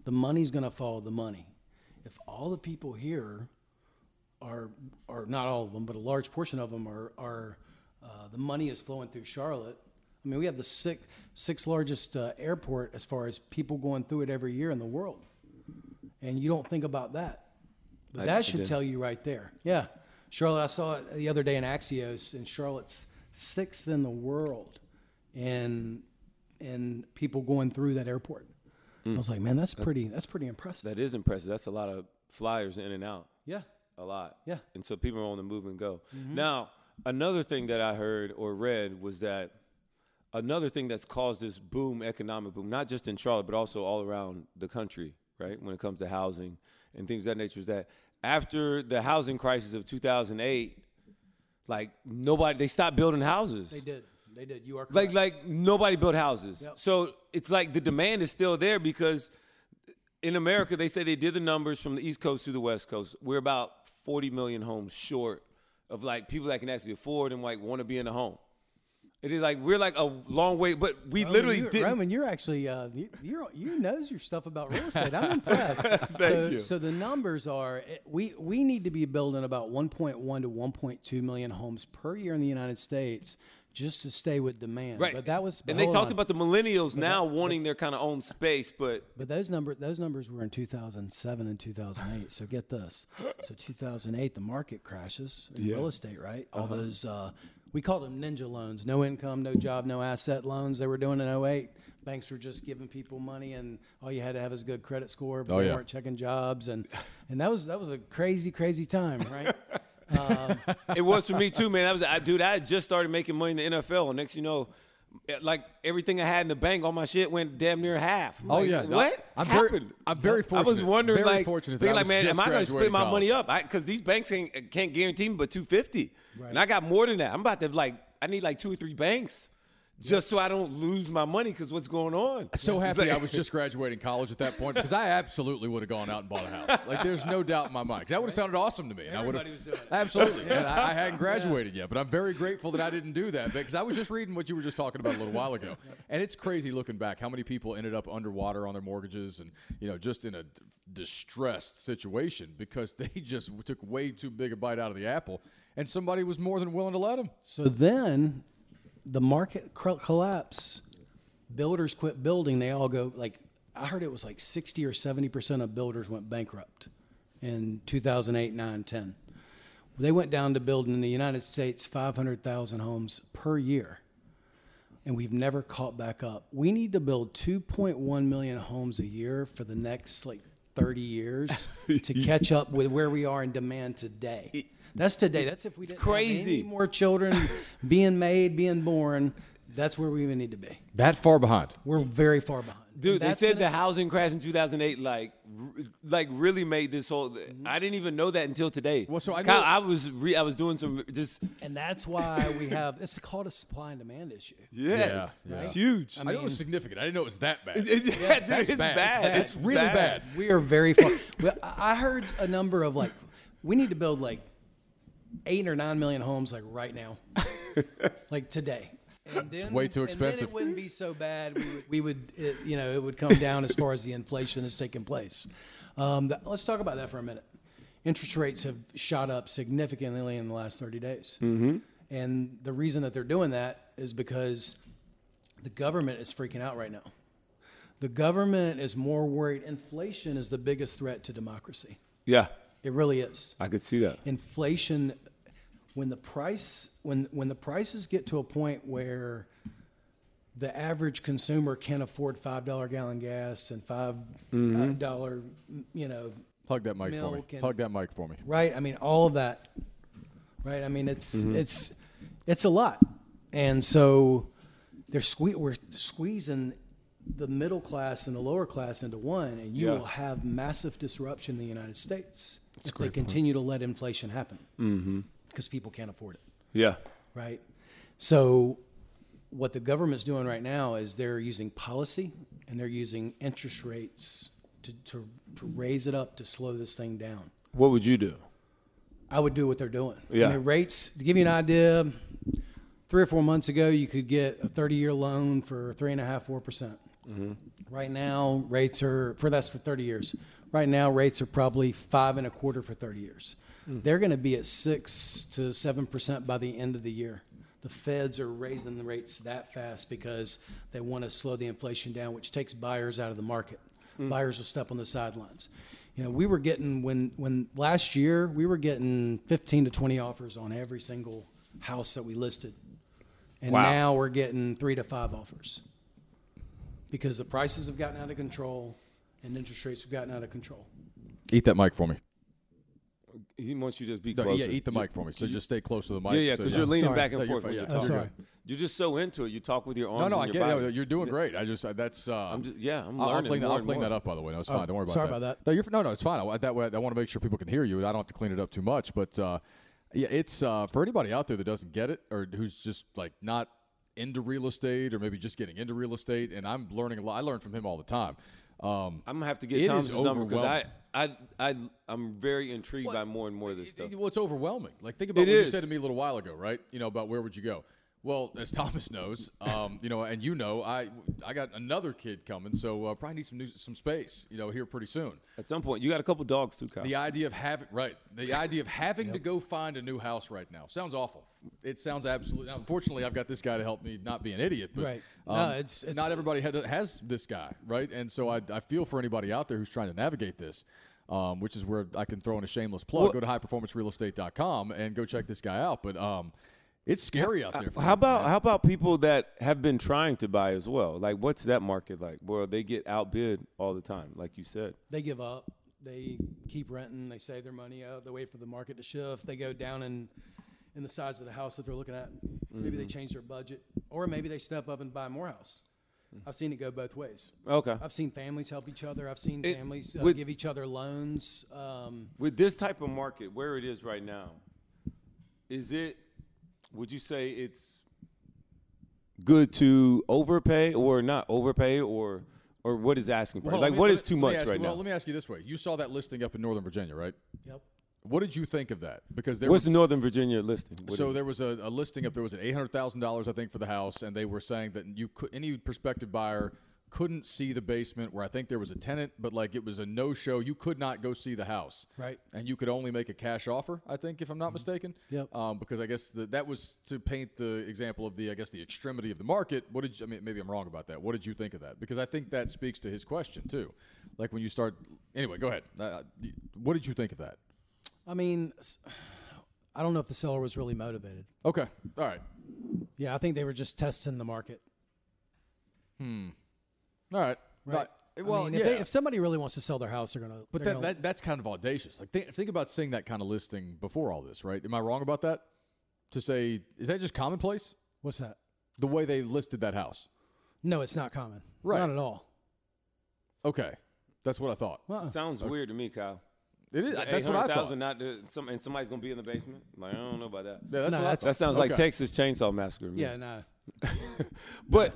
S3: The money's going to follow the money. If all the people here are, are not all of them, but a large portion of them are, are uh, the money is flowing through Charlotte. I mean, we have the sixth, sixth largest uh, airport as far as people going through it every year in the world. And you don't think about that. But that should tell you right there. Yeah. Charlotte, I saw it the other day in Axios, and Charlotte's sixth in the world in in people going through that airport. I was like, man, that's
S2: Hmm.
S3: pretty that's pretty impressive.
S2: that is impressive. That's a lot of flyers in and out,
S3: Yeah.
S2: a lot.
S3: Yeah. Mm-hmm.
S2: And so people are on the move and go. Now, Another thing that I heard or read was that another thing that's caused this boom, economic boom, not just in Charlotte, but also all around the country, right? When it comes to housing and things of that nature, is that after the housing crisis of 2008, like nobody, they stopped building houses.
S3: They did. They did. You are correct.
S2: Like, like nobody built houses.
S3: Yep.
S2: So it's like the demand is still there because in America, they say they did the numbers from the East Coast to the West Coast. We're about 40 million homes short of like people that can actually afford and like want to be in a home. It is like we're like a long way, but we
S3: Roman,
S2: literally
S3: you,
S2: did.
S3: Roman, you're actually uh, you- you're you knows your stuff about real estate. I'm impressed. so,
S2: you.
S3: so the numbers are eh, we we need to be building about 1.1 to 1.2 million homes per year in the United States just to stay with demand.
S2: Right,
S3: But that was
S2: and they
S3: hold
S2: talked
S3: on.
S2: about the millennials now wanting their kind of own space, but
S3: But those number those numbers were in 2007 and 2008. So get this. So 2008, the market crashes in real estate, right? All
S1: Uh-huh.
S3: those uh, we called them ninja loans, no income, no job, no asset loans. They were doing in 08. Banks were just giving people money, and all you had to have is a good credit score. But
S1: Oh,
S3: they
S1: yeah.
S3: weren't checking jobs, and and that was that was a crazy, crazy time, right?
S2: it was for me too, man. That was, I, dude, I had just started making money in the NFL, and next you know, eh, like everything I had in the bank, all my shit went damn near half.
S1: Oh
S2: Like,
S1: yeah, No,
S2: what
S1: I'm
S2: happened?
S1: Very, I'm very
S2: I
S1: fortunate.
S2: was wondering,
S1: very
S2: like,
S1: fortunate that I
S2: thinking like,
S1: was
S2: man,
S1: just
S2: am I going to split
S1: graduating
S2: my money
S1: college.
S2: up? Because these banks ain't, can't guarantee me but two fifty,
S3: Right.
S2: and I got more than that. I'm about to like, I need like two or three banks just so I don't lose my money. Because what's going on?
S1: So
S2: It's
S1: happy
S2: like-
S1: I was just graduating college at that point because I absolutely would have gone out and bought a house. Like, there's no doubt in my mind. 'Cause That would have sounded awesome to me. And I would
S3: Everybody was doing it.
S1: Absolutely. And I, I hadn't graduated yet, but I'm very grateful that I didn't do that because I was just reading what you were just talking about a little while ago. And it's crazy looking back how many people ended up underwater on their mortgages and, you know, just in a d- distressed situation because they just took way too big a bite out of the apple and somebody was more than willing to let them.
S3: So then the market cr- collapse, builders quit building. They all go like I heard it was like 60 or 70% of builders went bankrupt in 2008, 9, 10. They went down to building in the United States 500,000 homes per year. And we've never caught back up. We need to build 2.1 million homes a year for the next like 30 years to catch up with where we are in demand today. That's today. That's if we didn't have any
S2: crazy.
S3: more children being made, being born. That's where we would need to be.
S1: That far behind.
S3: We're very far behind.
S2: Dude, they
S3: That's
S2: said
S3: gonna-
S2: the housing crash in 2008 like r- like really made this whole I didn't even know that until today.
S1: Mm-hmm. Well, so I
S2: Kyle,
S1: know-
S2: I was re- I was doing some just
S3: and that's why we have. It's called a supply and demand issue.
S2: yes.
S1: Yeah,
S2: It's
S1: yeah.
S2: huge.
S1: I, know it was significant. I didn't know it was that bad.
S2: It's- it's- yeah, dude,
S1: That's
S2: it's
S1: bad.
S2: bad.
S1: It's,
S2: It's
S1: really
S2: bad.
S1: bad.
S3: We are very far. well, I I heard a number of like, we need to build like eight or nine million homes like right now, like today. And then,
S1: way too
S3: And then
S1: expensive.
S3: it wouldn't be so bad. We would, we would it, you know, it would come down as far as the inflation is taking place. Um, th- let's talk about that for a minute. Interest rates have shot up significantly in the last 30 days. Mm-hmm. And the reason that they're doing that is because the government is freaking out right now. The government is more worried. Inflation is the biggest threat to democracy.
S2: Yeah.
S3: It really is.
S2: I could see that.
S3: Inflation, when the price when when the prices get to a point where the average consumer can't afford five dollar gallon gas and five uh, dollar, you know,
S1: Hug that mic for me.
S3: Milk and-
S1: Hug that mic for me.
S3: right? I mean, all of that, right? I mean, it's
S2: Mm-hmm.
S3: it's it's a lot, and so they're sque- we're squeezing the middle class and the lower class into one, and you
S2: Yeah.
S3: will have massive disruption in the United States if they continue to let inflation happen because people can't afford it
S2: Mm-hmm. Yeah.
S3: right? So, what the government's doing right now is they're using policy and they're using interest rates to, to, to raise it up to slow this thing down.
S2: What would you do?
S3: I would do what they're doing. I
S2: Yeah.
S3: mean, rates, to give you an idea, three or four months ago, you could get a 30 year loan for three and a half, four percent. Right now, rates are for that's for 30 years. Right now, rates are probably five and a quarter for 30 years. They're going to be at six to seven percent by the end of the year. The feds are raising the rates that fast because they want to slow the inflation down, which takes buyers out of the market. Buyers will step on the sidelines. You know, we were getting when when last year we were getting 15 to 20 offers on every single house that we listed, and
S2: Wow.
S3: now we're getting three to five offers because the prices have gotten out of control and interest rates have gotten out of control.
S1: Eat that mic for me.
S2: He wants you to just be
S1: No,
S2: closer.
S1: yeah, eat the mic for me. So just stay close to the mic.
S2: Yeah, yeah,
S1: so-
S2: because you're leaning
S3: Sorry.
S2: back and
S1: No, you're
S2: forth.
S1: fine.
S2: when
S1: Yeah.
S2: you're
S1: I'm
S2: talking.
S3: sorry.
S2: You're just so into it. You talk with your arms.
S1: No, no, I
S2: and
S1: get
S2: your
S1: it.
S2: body.
S1: No, You're doing great. I just that's. Uh,
S2: I'm just, yeah, I'm
S1: I'll-
S2: learning.
S1: I'll clean, that,
S2: more
S1: I'll
S2: and
S1: clean
S2: more.
S1: that up, by the way. No, it's fine. Don't worry about
S3: Oh, sorry
S1: that.
S3: about that.
S1: No, you're, no, no, it's fine. I, that way, I want to make sure people can hear you. and I don't have to clean it up too much. But uh, yeah, it's uh, for anybody out there that doesn't get it or who's just like not into real estate or maybe just getting into real estate. And I'm learning a lot. I learn from him all the time. Um,
S2: I'm gonna have to get
S1: It is
S2: Tom's number because I,
S1: overwhelming.
S2: I, I, I'm very intrigued by more and more of this
S1: It-
S2: stuff.
S1: Well, it's overwhelming. Like think about
S2: It
S1: what you
S2: is.
S1: said to me a little while ago, right? You know about where would you go? Well, as Thomas knows, um, you know, and you know, I I got another kid coming, so uh, probably need some new, some space, you know, here pretty soon.
S2: At some point, you got a couple dogs too, Kyle.
S1: The idea of having right, the idea of having to go find a new house right now sounds awful. It sounds absolutely. Now, unfortunately, I've got this guy to help me not be an idiot. But, um,
S3: Right. No, it's- it's-
S1: not everybody had, has this guy, right? And so I, I feel for anybody out there who's trying to navigate this, um, which is where I can throw in a shameless plug. go to highperformancerealestate.com and go check this guy out. But um, it's scary out there. for
S2: How about how about people that have been trying to buy as well? Like, what's that market like? Well, they get outbid all the time, like you said.
S3: They give up. They keep renting. They save their money up. They wait for the market to shift. They go down in in the size of the house that they're looking at. Maybe they change their budget, or maybe they step up and buy more house. I've seen it go both ways.
S2: Okay.
S3: I've seen families help each other. I've seen
S2: It-
S3: families uh,
S2: with-
S3: give each other loans. Um,
S2: With this type of market, where it is right now, is it? Would you say it's good to overpay or not overpay or or what is asking price?
S1: Hold on,
S2: like,
S1: let me-
S2: what
S1: let
S2: is
S1: me-
S2: too
S1: let me
S2: much
S1: ask
S2: right
S1: you, well,
S2: now?
S1: Let me ask you this way: You saw that listing up in Northern Virginia, right?
S3: yep.
S1: What did you think of that? Because there was.
S2: What's the Northern Virginia listing? What
S1: so
S2: is it?
S1: there was a, a listing up there was an eight hundred thousand dollars I think for the house, and they were saying that you could any prospective buyer couldn't see the basement where I think there was a tenant, but like it was a no show. You could not go see the house,
S3: Right. Mm-hmm.
S1: And you could only make a cash offer, I think, if I'm not mistaken.
S3: Yep.
S1: Um, because I guess the, that was to paint the example of the I guess the extremity of the market. What did you, I mean? Maybe I'm wrong about that. What did you think of that? Because I think that speaks to his question too. Like when you start, anyway, go ahead. Uh, what did you think of that?
S3: I mean, s- I don't know if the seller was really motivated.
S1: Okay, all right.
S3: Yeah, I think they were just testing the market.
S1: All right.
S3: Right.
S1: But-
S3: I
S1: well,
S3: mean,
S1: yeah.
S3: if, they, if somebody really wants to sell their house, they're gonna.
S1: but
S3: they're
S1: that,
S3: gonna-
S1: that that's kind of audacious. Like, think, think about seeing that kind of listing before all this, right? Am I wrong about that? To say, is that just commonplace?
S3: what's that?
S1: The way they listed that house.
S3: No, it's not common.
S1: Right.
S3: Not at all.
S1: Okay, that's what I thought.
S3: Uh-uh.
S2: sounds weird to me, Kyle.
S1: It is.
S2: Eight
S1: That's what I
S2: hundred
S1: thought.
S2: thousand, not to, some, and somebody's gonna be in the basement. Like, I don't know about that.
S1: Yeah, that's
S3: No,
S1: what
S3: that's-
S1: I
S2: That
S1: thought.
S2: sounds like
S1: Okay.
S2: Texas Chainsaw Massacre. to me.
S3: Yeah, no.
S2: But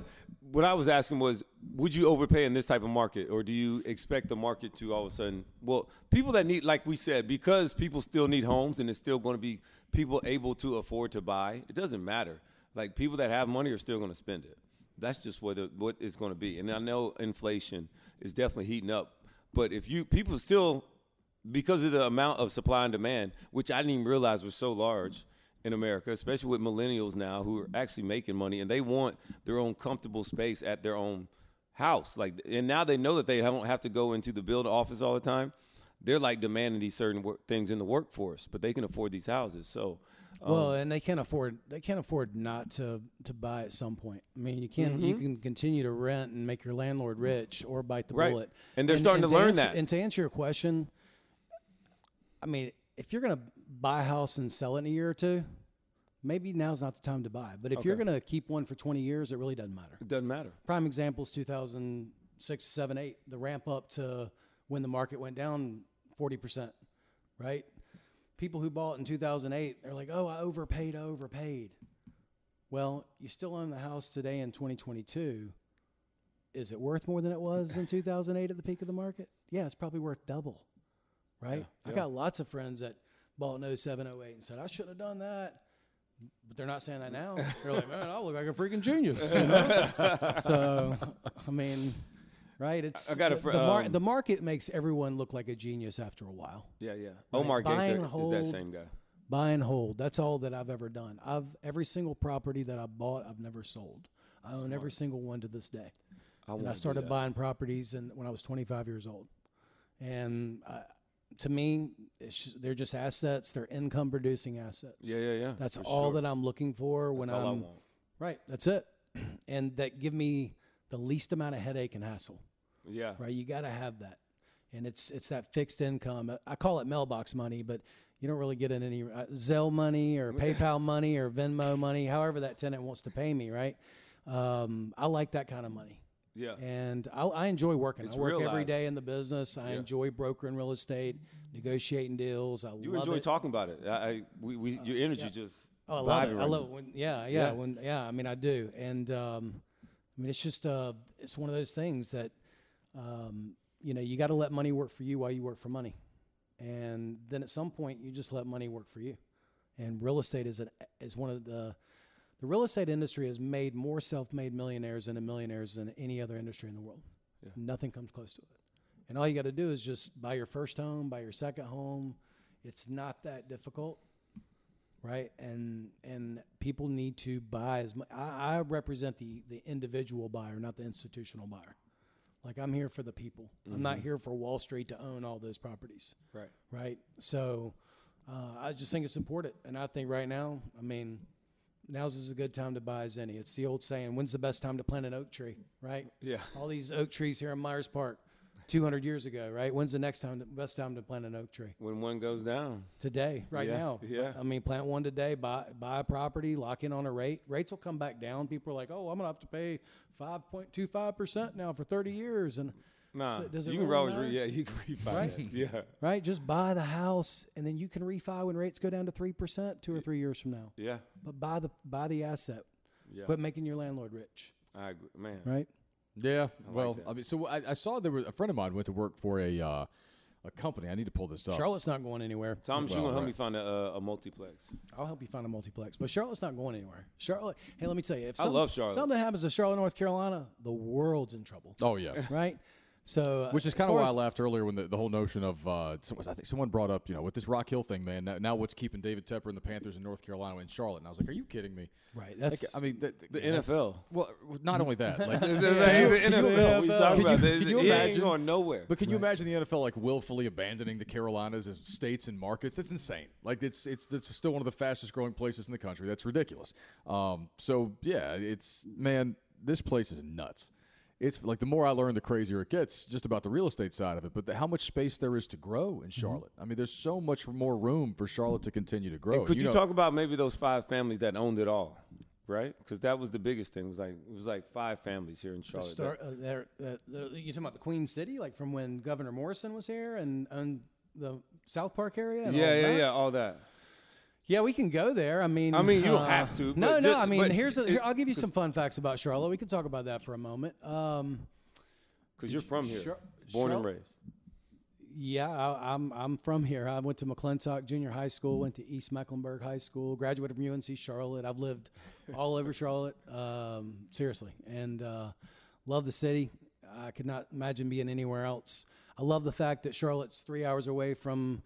S2: what I was asking was, would you overpay in this type of market, or do you expect the market to all of a sudden? Well, people that need, like we said, because people still need homes, and it's still going to be people able to afford to buy. It doesn't matter. Like people that have money are still going to spend it. That's just what it, what it's going to be. And I know inflation is definitely heating up, but if you people still because of the amount of supply and demand, which I didn't even realize was so large in America, especially with millennials now who are actually making money and they want their own comfortable space at their own house. Like, and now they know that they don't have to go into the build office all the time. They're like demanding these certain wor- things in the workforce, but they can afford these houses. So,
S3: Well,
S2: Um,
S3: and they can't afford they can't afford not to to buy at some point. I mean, you can not you
S2: Mm-hmm.
S3: can continue to rent and make your landlord rich or bite the
S2: Right.
S3: bullet.
S2: And they're starting to learn
S3: answer-
S2: that.
S3: And to answer your question, I mean, if you're going to buy a house and sell it in a year or two, maybe now's not the time to buy. But if you're going to keep one for 20 years, it really doesn't matter.
S2: it doesn't matter.
S3: prime example is 2006 7 8 the ramp up to when the market went down 40% right people who bought in 2008 they're like oh i overpaid i overpaid well you still own the house today in 2022 is it worth more than it was in 2008 at the peak of the market yeah it's probably worth double right i got lots of friends that bought in 07 08 and said i shouldn't have done that but they're not saying that now. They're like, man, I look like a freaking genius. you know? so, I mean, right? It's
S2: I got a
S3: the-
S2: fr-
S3: the, mar-
S2: um,
S3: the market makes everyone look like a genius after a while.
S2: Yeah, yeah. Omar
S3: Buying
S2: Gaither is that
S3: hold-
S2: same guy.
S3: Buy and hold. That's all that I've ever done. I've every single property that I bought, I've never sold. I own every single one to this day. and I
S2: wanna do
S3: started
S2: that.
S3: buying properties and when I was 25 years old. And I, to me, it's just, they're just assets. They're income producing assets.
S2: Yeah, yeah, yeah.
S3: That's
S2: for
S3: all
S2: sure.
S3: that I'm looking for when
S2: That's all I
S3: I'm
S2: want.
S3: Right. That's it. And that give me the least amount of headache and hassle.
S2: Yeah.
S3: Uh, Right. You got to have that. And it's it's that fixed income. I call it mailbox money, but You don't really get in any uh, Zelle money or PayPal money or Venmo money, however that tenant wants to pay me, right? Um, I like that kind of money.
S2: Yeah.
S3: And I, I enjoy working.
S2: It's
S3: I work every
S2: realized.
S3: day in the business. I enjoy brokering real estate, negotiating deals. I
S2: You
S3: love
S2: enjoy
S3: it. Uh,
S2: talking about it. I, I we, we your energy just.
S3: Oh, I love it.
S2: vibing
S3: I
S2: right
S3: love it when, yeah, yeah,
S2: Yeah.
S3: when, yeah. I mean, I do, and um, I mean, it's just, uh, it's one of those things that, um, you know, you got to let money work for you while you work for money, and then at some point, you just let money work for you, and real estate is an, is one of the, the real estate industry has made more self-made millionaires and millionaires than any other industry in the world. Nothing comes close to it, and all you got to do is just buy your first home, buy your second home. It's not that difficult right? And and people need to buy as much. I, I represent the the individual buyer, not the institutional buyer. Like I'm here for the people. I'm not here for Wall Street to own all those properties,
S2: Mm-hmm. Right.
S3: right? So uh, I just think it's important, and I think right now, I mean, now's is a good time to buy as any. It's the old saying, "When's the best time to plant an oak tree?" Right?
S2: Yeah.
S3: All these oak trees here in Myers Park. 200 years ago, right? When's the next time, best time to plant an oak tree?
S2: When one goes down.
S3: today, right
S2: Yeah,
S3: now.
S2: yeah.
S3: I mean, plant one today, buy buy a property, lock in on a rate. Rates will come back down. People are like, oh, I'm gonna have to pay five point two five percent now for thirty years, and
S2: Nah,
S3: So does it
S2: you can
S3: really
S2: always
S3: matter?
S2: re- yeah, you can refinance.
S3: Right?
S2: Yeah,
S3: right, just buy the house, and then you can refi when rates go down to three percent two or three years from now.
S2: yeah,
S3: But buy the buy the asset.
S2: Yeah.
S3: Quit making your landlord rich,
S2: I agree, man.
S3: right?
S1: Yeah. well, I mean, so I, I saw there was a friend of mine went to work for a uh, a company. I need to pull this up.
S3: Charlotte's not going anywhere.
S2: Thomas, you
S1: Well,
S2: gonna help
S1: right.
S2: me find a, a, a multiplex?
S3: I'll help you find a multiplex, but Charlotte's not going anywhere. Charlotte, hey, let me tell you, if
S2: I
S3: some-
S2: love Charlotte.
S3: something happens to Charlotte, North Carolina, the world's in trouble,
S1: Oh yeah.
S3: right? So, uh,
S1: Which is
S3: as
S1: kind of
S3: far
S1: why
S3: as-
S1: I laughed earlier when the, the whole notion of uh, some- I think someone brought up you know with this Rock Hill thing, man. Now, now what's keeping David Tepper and the Panthers in North Carolina and Charlotte? And I was like, are you kidding me?
S3: Right. That's.
S1: I mean, the,
S2: The NFL.
S1: Well, not only that, like,
S2: The,
S1: you-
S2: the
S1: can you
S2: NFL. What you
S1: imagine-
S2: talking
S1: can
S2: about?
S1: you-
S2: They-
S1: can you
S2: they ain't
S1: imagine-
S2: going nowhere?
S1: But can you imagine the NFL like willfully abandoning the Carolinas as states and markets? That's insane. Like it's it's, it's still one of the fastest growing places in the country. That's ridiculous. Um, so yeah, it's man, this place is nuts. It's like the more I learn, the crazier it gets, just about the real estate side of it. But the, how much space there is to grow in Charlotte? I mean, there's so much more room for Charlotte to continue to grow.
S2: Could you,
S1: oh, know-
S2: talk about maybe those five families that owned it all, right? Because that was the biggest thing. It was like it was like five families here in Charlotte.
S3: Start, uh, there, uh, the, you talking about the Queen City, like from when Governor Morrison was here and, and the South Park area? and all
S2: yeah, yeah,
S3: that?
S2: yeah, all that.
S3: Yeah, we can go there. I mean,
S2: I mean, you don't
S3: uh,
S2: have to,
S3: No,
S2: but
S3: no.
S2: ju-
S3: I mean,
S2: but
S3: here's a,
S2: it-
S3: here, I'll give you some fun facts about Charlotte. We can talk about that for a moment. Um,
S2: Because you're from here,
S3: Char-
S2: born and
S3: Charlotte-
S2: raised.
S3: yeah, I, I'm I'm from here. I went to McClintock Junior High School, went to East Mecklenburg High School, graduated from UNC Charlotte. I've lived all over Charlotte, um, seriously, and uh, love the city. I could not imagine being anywhere else. I love the fact that Charlotte's three hours away from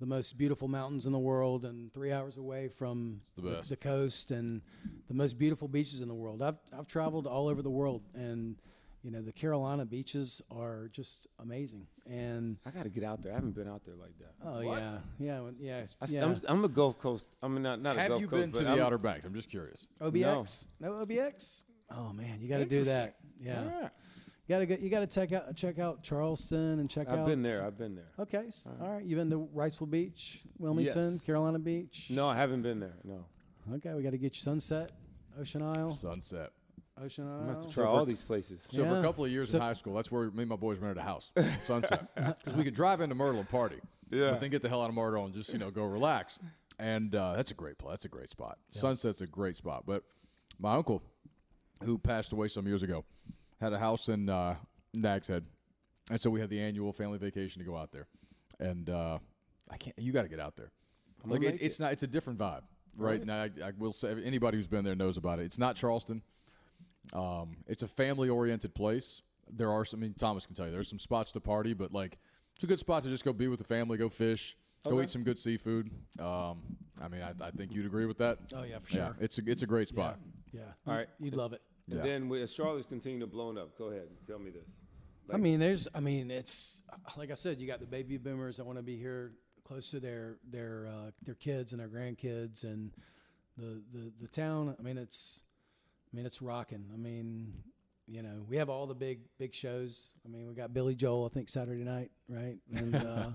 S3: the most beautiful mountains in the world, and three hours away from
S1: the best.
S3: the coast and the most beautiful beaches in the world. I've I've traveled all over the world, and you know the Carolina beaches are just amazing. And
S2: I got to get out there. I haven't been out there like that.
S3: Oh yeah, yeah, when- yeah,
S2: I,
S3: yeah.
S2: am I'm a Gulf Coast. I mean, not not a
S1: have
S2: Gulf
S1: you
S2: Coast,
S1: been
S2: but
S1: to the
S2: I'm-
S1: Outer Banks? I'm just curious.
S3: OBX, no. OBX. Oh man, you got to do that. Yeah,
S1: All right.
S3: you got to go, you got to check out check out Charleston and check out.
S2: I've been there. I've been there.
S3: Okay, s- all right. You've been to Riceville Beach, Wilmington,
S2: Yes.
S3: Carolina Beach.
S2: No, I haven't been there. No,
S3: Okay, we got to get you Sunset, Ocean Isle,
S1: Sunset.
S3: Ocean
S2: I have to
S3: Isle.
S2: try all these places.
S1: Oh. So for
S3: Yeah.
S1: a couple of years in high school, that's where me and my boys rented a house, Sunset, because we could drive into Myrtle and party,
S2: Yeah.
S1: but then get the hell out of Myrtle and just you know go relax. And uh, that's a great place. That's a great spot. Sunset's a great spot. But my uncle, who passed away some years ago, had a house in uh, Nags Head, and so we had the annual family vacation to go out there. And uh, I can't. You got to get out there. like it, it's not. It's a different vibe, right? Now I, I will say anybody who's been there knows about it. It's not Charleston. Um, it's a family oriented place. There are some, I mean, Thomas can tell you, there's some spots to party, but like, it's a good spot to just go be with the family, go fish, go eat some good seafood. Um, I mean, I, I think you'd agree with that.
S3: Oh yeah, for
S1: Yeah,
S3: sure.
S1: it's a, it's a great spot.
S3: Yeah.
S2: All right.
S3: You'd love it.
S1: Yeah.
S2: And then with Charlotte's continuing to blown up. Go ahead. Tell me this.
S3: I mean, there's. I mean, it's like I said. You got the baby boomers that want to be here close to their their uh, their kids and their grandkids, and the the the town. I mean, it's. I mean, it's rocking. I mean, you know, we have all the big big shows. I mean, we got Billy Joel. I think Saturday night, right? And uh,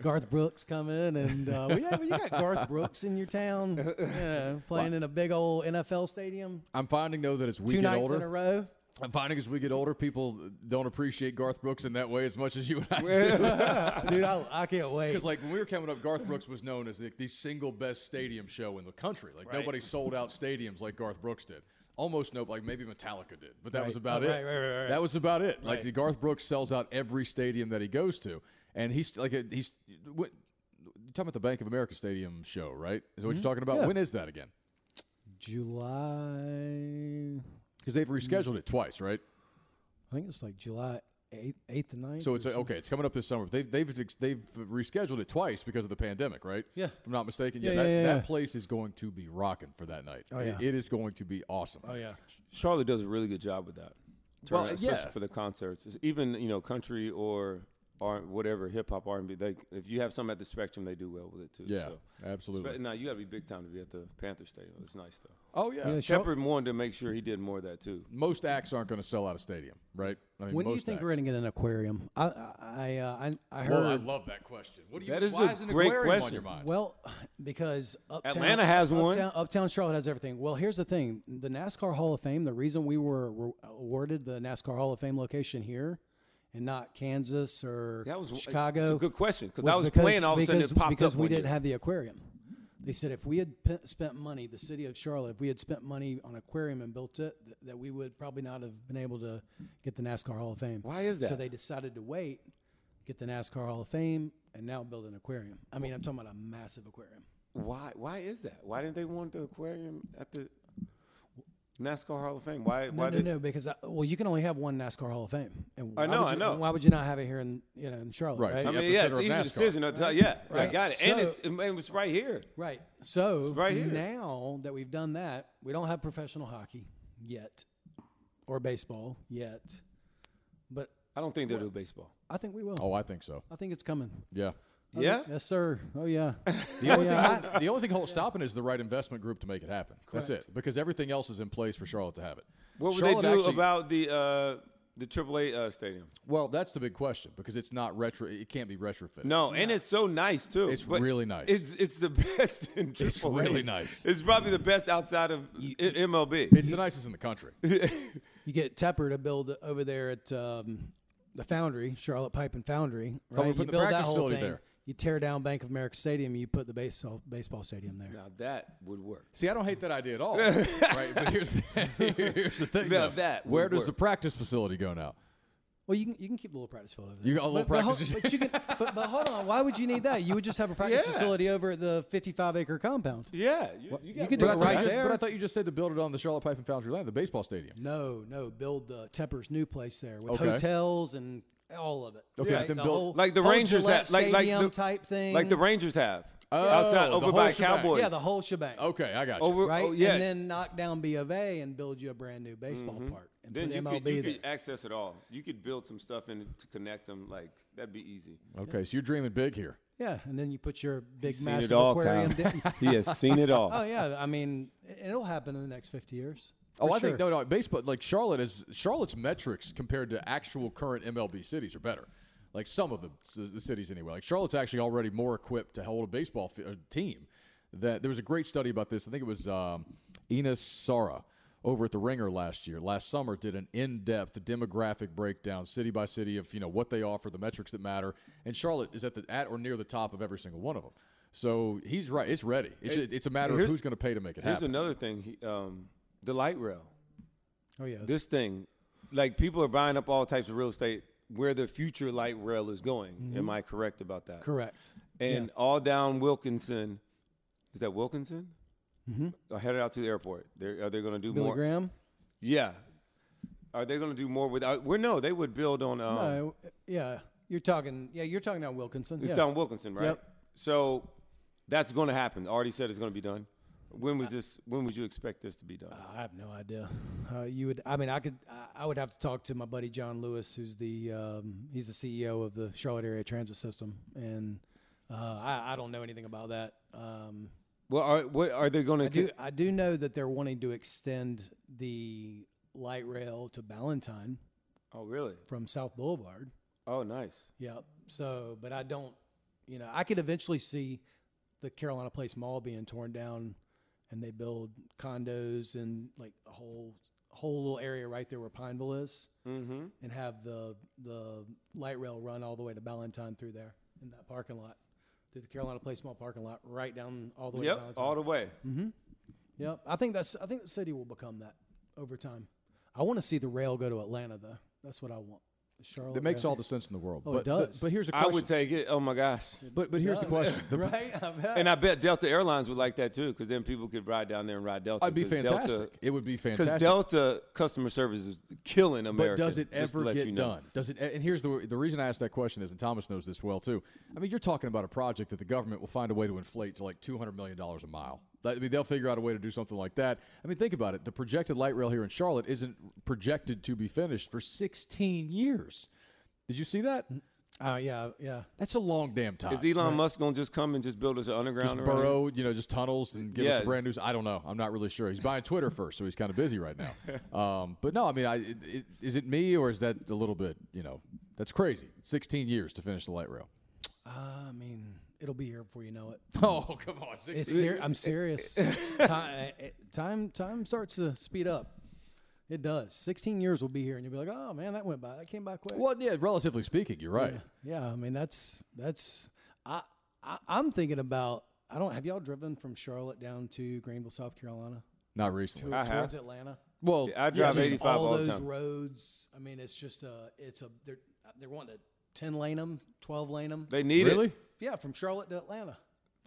S3: Garth Brooks coming, and uh, well, yeah, well, you got Garth Brooks in your town, yeah, playing in a big old NFL stadium
S1: I'm finding though that as we
S3: two
S1: get
S3: nights in
S1: older,
S3: a row.
S1: I'm finding as we get older, people don't appreciate Garth Brooks in that way as much as you and I do.
S3: Dude, I, I can't wait.
S1: Because like when we were coming up, Garth Brooks was known as the, the single best stadium show in the country. Like nobody sold out stadiums like Garth Brooks did. Almost no, like maybe Metallica did, but that was about
S3: Oh,
S1: it.
S3: right, right, right, right.
S1: That was about it. Like
S3: Right.
S1: the Garth Brooks sells out every stadium that he goes to, and he's like a, he's. What, you're talking about the Bank of America Stadium show, right? Is that
S3: Mm-hmm.
S1: what you're talking about? When is that again?
S3: July,
S1: Because they've rescheduled it twice, right?
S3: I think it's like July eighth, eighth and 9th.
S1: So it's uh, okay. It's coming up this summer. They've they've ex- they've rescheduled it twice because of the pandemic, right?
S3: Yeah.
S1: If I'm not mistaken, yeah.
S3: Yeah,
S1: that,
S3: yeah, yeah,
S1: that
S3: yeah.
S1: place is going to be rocking for that night.
S3: Oh,
S1: It-
S3: yeah.
S1: it is going to be awesome.
S3: oh yeah,
S2: Charlotte does a really good job with that.
S1: Well,
S2: Turnout,
S1: yeah.
S2: especially for the concerts, It's even you know country or R- whatever hip hop R and B. They if you have some at the Spectrum, they do well with it too.
S1: Yeah,
S2: so.
S1: absolutely.
S2: Now you got to be big time to be at the Panther Stadium. It's nice though.
S1: Oh yeah.
S3: Yeah, Charlotte-
S2: Shepard wanted to make sure he did more of that too.
S1: most acts aren't going to sell out a stadium, right? I mean,
S3: When do you
S1: most
S3: think
S1: acts.
S3: we're going to get an aquarium? I I I, uh, I, I heard.
S1: Well, I love that question. What do you?
S2: That is
S1: why
S2: a
S1: is an
S2: great
S1: aquarium on
S2: question.
S1: your mind?
S3: well, because Uptown,
S2: Atlanta has one.
S3: Uptown, Uptown Charlotte has everything. Well, here's the thing: the NASCAR Hall of Fame. The reason we were, were awarded the NASCAR Hall of Fame location here, and not Kansas or
S2: That was
S3: Chicago.
S2: It's a good question because
S3: was
S2: I was
S3: because-
S2: playing all of a sudden
S3: because-
S2: it popped
S3: because
S2: up
S3: we
S2: one
S3: didn't
S2: year.
S3: have the aquarium. They said if we had p- spent money, the city of Charlotte, if we had spent money on aquarium and built it, th- that we would probably not have been able to get the NASCAR Hall of Fame.
S2: Why is
S3: So
S2: that?
S3: they decided to wait, get the NASCAR Hall of Fame, and now build an aquarium. I mean, I'm talking about a massive aquarium.
S2: Why? Why is that? Why didn't they want the aquarium at the NASCAR Hall of Fame? Why?
S3: No,
S2: why
S3: no,
S2: did,
S3: no, because I, well, you can only have one NASCAR Hall of Fame. And
S2: I
S3: why
S2: know,
S3: would
S2: I
S3: you-
S2: know.
S3: Why would you not have it here in you know in Charlotte?
S1: Right,
S3: Right.
S1: so
S2: I
S1: The
S2: mean, yeah, it's
S1: epicenter
S2: an
S1: of
S2: easy
S1: NASCAR.
S2: decision. I'll tell- yeah, I
S3: Right.
S2: got it. and
S3: So-
S2: it's it, it was right here.
S3: Right. So
S2: right here.
S3: now that we've done that, we don't have professional hockey yet or baseball yet. But
S2: I don't think they'll do baseball.
S3: I think we will.
S1: oh, I think so.
S3: I think it's coming.
S1: Yeah.
S3: I
S2: Yeah?
S3: think- yes, sir. Oh yeah.
S1: The only,
S3: yeah,
S1: thing, the only thing holding stopping is the right investment group to make it happen. That's it, because everything else is in place for Charlotte to have it.
S2: What would
S1: Charlotte
S2: they do
S1: actually-
S2: about the uh, the AAA uh, stadium?
S1: Well, that's the big question because it's not retro. It can't be retrofitted.
S2: No, and it's so nice too.
S1: It's
S2: But
S1: really nice.
S2: It's it's the best in AAA.
S1: It's really nice.
S2: It's probably the best outside of I- MLB.
S1: It's the nicest in the country.
S3: You get Tepper to build over there at um, the Foundry, Charlotte Pipe and Foundry. Right.
S1: we're
S3: You
S1: putting the
S3: build that
S1: practice
S3: whole
S1: facility
S3: thing.
S1: there.
S3: You tear down Bank of America Stadium. You put the baseball baseball stadium there.
S2: now that would work.
S1: See, I don't hate that idea at all. right, but here's here's the thing.
S2: Now
S1: though.
S2: that
S1: where
S2: would
S1: does
S2: work.
S1: the practice facility go now?
S3: Well, you can you can keep the little practice field over there.
S1: You got a little
S3: but, but
S1: practice-
S3: hold- But, you can, but, but hold on, why would you need that? You would just have a practice
S2: Yeah.
S3: facility over at the 55 acre compound.
S2: Yeah, you,
S3: What-
S2: you,
S3: you
S2: got
S3: could
S2: rid
S1: But I,
S3: do
S2: of
S1: thought you
S3: right
S1: just,
S3: there.
S1: but I thought you just said to build it on the Charlotte Pipe and Foundry Land, the baseball stadium.
S3: No, no, build the Tepper's new place there with
S1: Okay.
S3: hotels and all of it.
S1: Okay, then
S3: the
S1: build-
S3: whole-
S2: like the
S3: whole
S2: Rangers
S3: Gillette
S2: have, like like
S3: stadium
S2: the,
S3: type thing.
S2: like the Rangers have
S1: Oh,
S2: outside
S1: the
S2: over
S1: whole
S2: by
S1: shebang.
S2: Cowboys.
S3: yeah, the whole shebang.
S1: Okay, I got you.
S2: over
S3: Right,
S2: oh, yeah.
S3: and then knock down B of A and build you a brand new baseball
S1: Mm-hmm.
S3: park and
S2: Then
S3: put
S2: you,
S3: MLB
S2: could, you
S3: there.
S2: could access it all. You could build some stuff in to connect them. Like that'd be easy.
S1: okay, so you're dreaming big here.
S3: yeah, and then you put your big massive aquarium. down-
S2: he has seen it all.
S3: oh yeah, I mean it- it'll happen in the next 50 years.
S1: Oh,
S3: for
S1: I think
S3: sure.
S1: no, no. Baseball, like Charlotte is Charlotte's metrics compared to actual current MLB cities are better. Like some of the, the cities anyway. Like Charlotte's actually already more equipped to hold a baseball fi- uh, team. That there was a great study about this. I think it was um, Enos Sara over at the Ringer last year. Last summer did an in-depth demographic breakdown, city by city, of you know what they offer, the metrics that matter, and Charlotte is at the at or near the top of every single one of them. So he's right. It's ready. It's, ju- it's a matter
S2: here-
S1: of who's going to pay to make it
S2: Here's
S1: happen.
S2: another thing. He, um, the light rail.
S3: Oh yeah,
S2: This thing, like people are buying up all types of real estate where the future light rail is going.
S3: Mm-hmm.
S2: Am I correct about that?
S3: correct.
S2: And all down Wilkinson. Is that Wilkinson? Mm-hmm. Headed out to the airport. They're, are they going to do
S3: Billy
S2: more?
S3: Graham?
S2: Yeah. Are they going to do more without? We're no. They would build on. Um,
S3: No, Uh, yeah. You're talking. Yeah, you're talking about Wilkinson.
S2: It's
S3: yeah.
S2: Don Wilkinson, right?
S3: Yep.
S2: So that's going to happen. Already said it's going to be done. When was this? When would you expect this to be done?
S3: I have no idea. Uh, you would. I mean, I could. I- I would have to talk to my buddy John Lewis, who's the um, he's the CEO of the Charlotte Area Transit System, and uh, I, I don't know anything about that. Um,
S2: Well, are what are they going
S3: I do.
S2: to?
S3: I do know that they're wanting to extend the light rail to Ballantyne
S2: Oh, really?
S3: from South Boulevard.
S2: Oh, nice.
S3: Yep. So, but I don't. You know, I could eventually see the Carolina Place Mall being torn down, and they build condos and like a whole whole little area right there where Pineville is,
S2: Mm-hmm.
S3: and have the the light rail run all the way to Ballantyne through there in that parking lot, through the Carolina Place Mall parking lot, right down all the way. to
S2: Yep,
S3: Ballantyne.
S2: all the way.
S3: Yep. I think that's. I think the city will become that over time. I want to see the rail go to Atlanta though. That's what I want. The Charlotte.
S1: That makes
S3: rail.
S1: all the sense in the world.
S3: Oh,
S1: but,
S3: it
S1: but-
S3: does.
S1: But, here's a
S2: I
S1: question.
S2: would take it. Oh my gosh.
S1: but but here's the question. The-
S3: right? I bet.
S2: And I bet Delta Airlines would like that too, because then people could ride down there and ride Delta.
S1: I'd be
S2: 'cause Delta-
S1: fantastic. it would be fantastic.
S2: Because Delta customer service is killing America.
S1: But does it
S2: just to
S1: ever
S2: let
S1: get
S2: you know.
S1: done? Does it? And here's the the reason I asked that question is, and Thomas knows this well too. I mean, you're talking about a project that the government will find a way to inflate to like 200 million dollars a mile. That- I mean, they'll figure out a way to do something like that. I mean, think about it. The projected light rail here in Charlotte isn't projected to be finished for 16 years. Did you see that?
S3: Uh, yeah, yeah.
S1: That's a long damn time.
S2: Is Elon Musk gonna just come and just build us an underground?
S1: just
S2: around here?
S1: burrow, you know, just tunnels and give us a
S2: Yeah.
S1: brand new. I don't know. I'm not really sure. He's buying Twitter first, so he's kind of busy right now. Um, but no, I mean, I, it, it, is it me or is that a little bit? You know, that's crazy. 16 years to finish the light rail.
S3: Uh, I mean, it'll be here before you know it.
S1: Oh come on, 16.
S3: It's ser- I'm serious. time, time, time starts to speed up. It does. 16 years will be here, and you'll be like, oh man, that went by. That came by quick.
S1: well, yeah, relatively speaking, you're right.
S3: Yeah, I mean that's that's I, I I'm thinking about. I don't have y'all driven from Charlotte down to Greenville, South Carolina,
S1: Not recently.
S2: I have.
S3: towards Atlanta.
S1: Well,
S2: I drive
S1: just-
S2: 85
S3: all
S2: all the
S3: those
S2: time.
S3: roads. I mean, it's just a it's a they're they're wanting to 10 lane them, 12 lane them.
S2: They need
S1: Really?
S2: it.
S3: yeah, from Charlotte to Atlanta.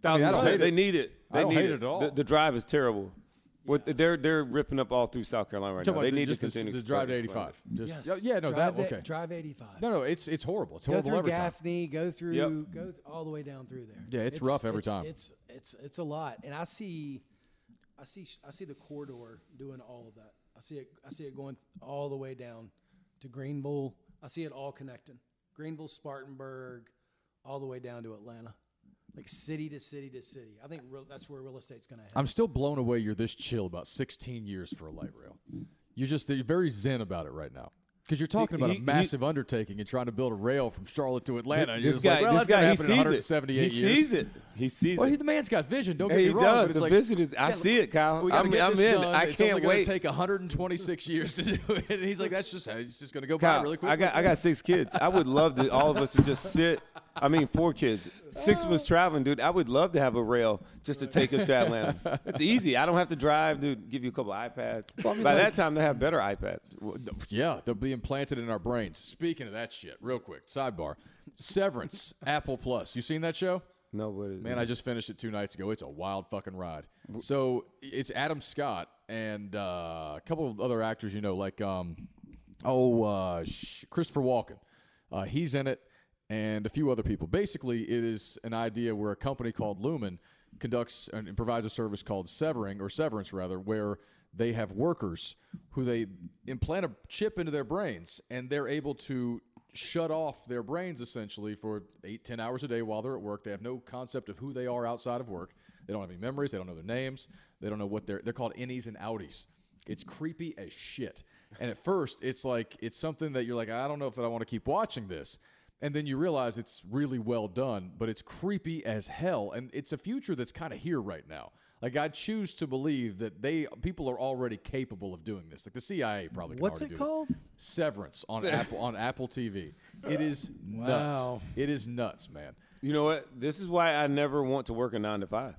S2: Thousand
S1: I don't hate
S2: percent. They
S1: it.
S2: need it.
S1: I
S2: They
S1: don't
S2: need
S1: hate it at all.
S2: The, the drive is terrible. What they're they're ripping up all through South Carolina right
S1: Talking
S2: now.
S1: about
S2: They
S1: the-
S2: need to
S1: just the-
S2: continue
S1: the,
S2: explo-
S1: drive to
S2: exploring.
S1: 85. Just
S3: Yes.
S1: yeah, no,
S3: drive
S1: that okay.
S3: Drive 85.
S1: no, no, it's it's horrible. It's
S3: go
S1: horrible
S3: through
S1: every time.
S3: Gaffney, go through,
S2: Yep.
S3: go th- all the way down through there.
S1: Yeah, it's rough every time.
S3: It's it's it's a lot, and I see, I see, I see the corridor doing all of that. I see it. I see it going all the way down to Greenville. I see it all connecting Greenville, Spartanburg, all the way down to Atlanta, like city to city to city. I think real, that's where real estate's going to head.
S1: I'm still blown away. You're this chill about 16 years for a light rail. You're just you're very zen about it right now because you're talking about
S2: he-
S1: a
S2: he-
S1: massive undertaking and trying to build a rail from Charlotte to Atlanta. and you're
S2: This
S1: just like,
S2: guy,
S1: well,
S2: this
S1: that's gonna
S2: guy, he
S1: happen in
S2: sees it.
S1: 178
S2: He
S1: years.
S2: sees it. He sees
S1: Well, he,
S2: it.
S1: the man's got vision. Don't get
S2: He
S1: me wrong. but
S2: does.
S1: it's
S2: The
S1: like,
S2: vision is. I see it, Kyle.
S1: We gotta
S2: I'm,
S1: get
S2: I'm
S1: this
S2: in.
S1: done.
S2: I
S1: it's only
S2: can't
S1: gonna
S2: wait.
S1: Take 126 years to do it. And he's like, that's just how it's just gonna go by
S2: Kyle,
S1: really quick.
S2: I got I got six kids. I would love to all of us to just sit. I mean, four kids. Six of us traveling, dude. I would love to have a rail just to take us to Atlanta. It's easy. I don't have to drive, dude. Give you a couple iPads.
S1: Well, I mean,
S2: By
S1: like-
S2: that time, they have better iPads.
S1: Yeah, they'll be implanted in our brains. Speaking of that shit, real quick, sidebar. Severance, Apple Plus. You seen that show?
S2: No, but it,
S1: Man, I just finished it two nights ago. It's a wild fucking ride. So it's Adam Scott and uh, a couple of other actors, you know, like um, oh uh, sh- Christopher Walken. Uh, he's in it, and a few other people. Basically, it is an idea where a company called Lumen conducts and provides a service called severing or severance rather, where they have workers who they implant a chip into their brains, and they're able to shut off their brains essentially for eight, ten hours a day while they're at work. They have no concept of who they are outside of work. They don't have any memories. They don't know their names. They don't know what they're. They're called innies and outies. It's creepy as shit. And at first, it's like it's something that you're like, I don't know if I want to keep watching this. And then you realize it's really well done, but it's creepy as hell. And it's a future that's kind of here right now. Like I choose to believe that they people are already capable of doing this. Like the CIA probably. Can
S3: What's
S1: already
S3: it
S1: do this.
S3: called?
S1: Severance on Apple on Apple TV. It is nuts.
S3: Wow.
S1: It is nuts, man.
S2: you know what? This is why I never want to work a nine to five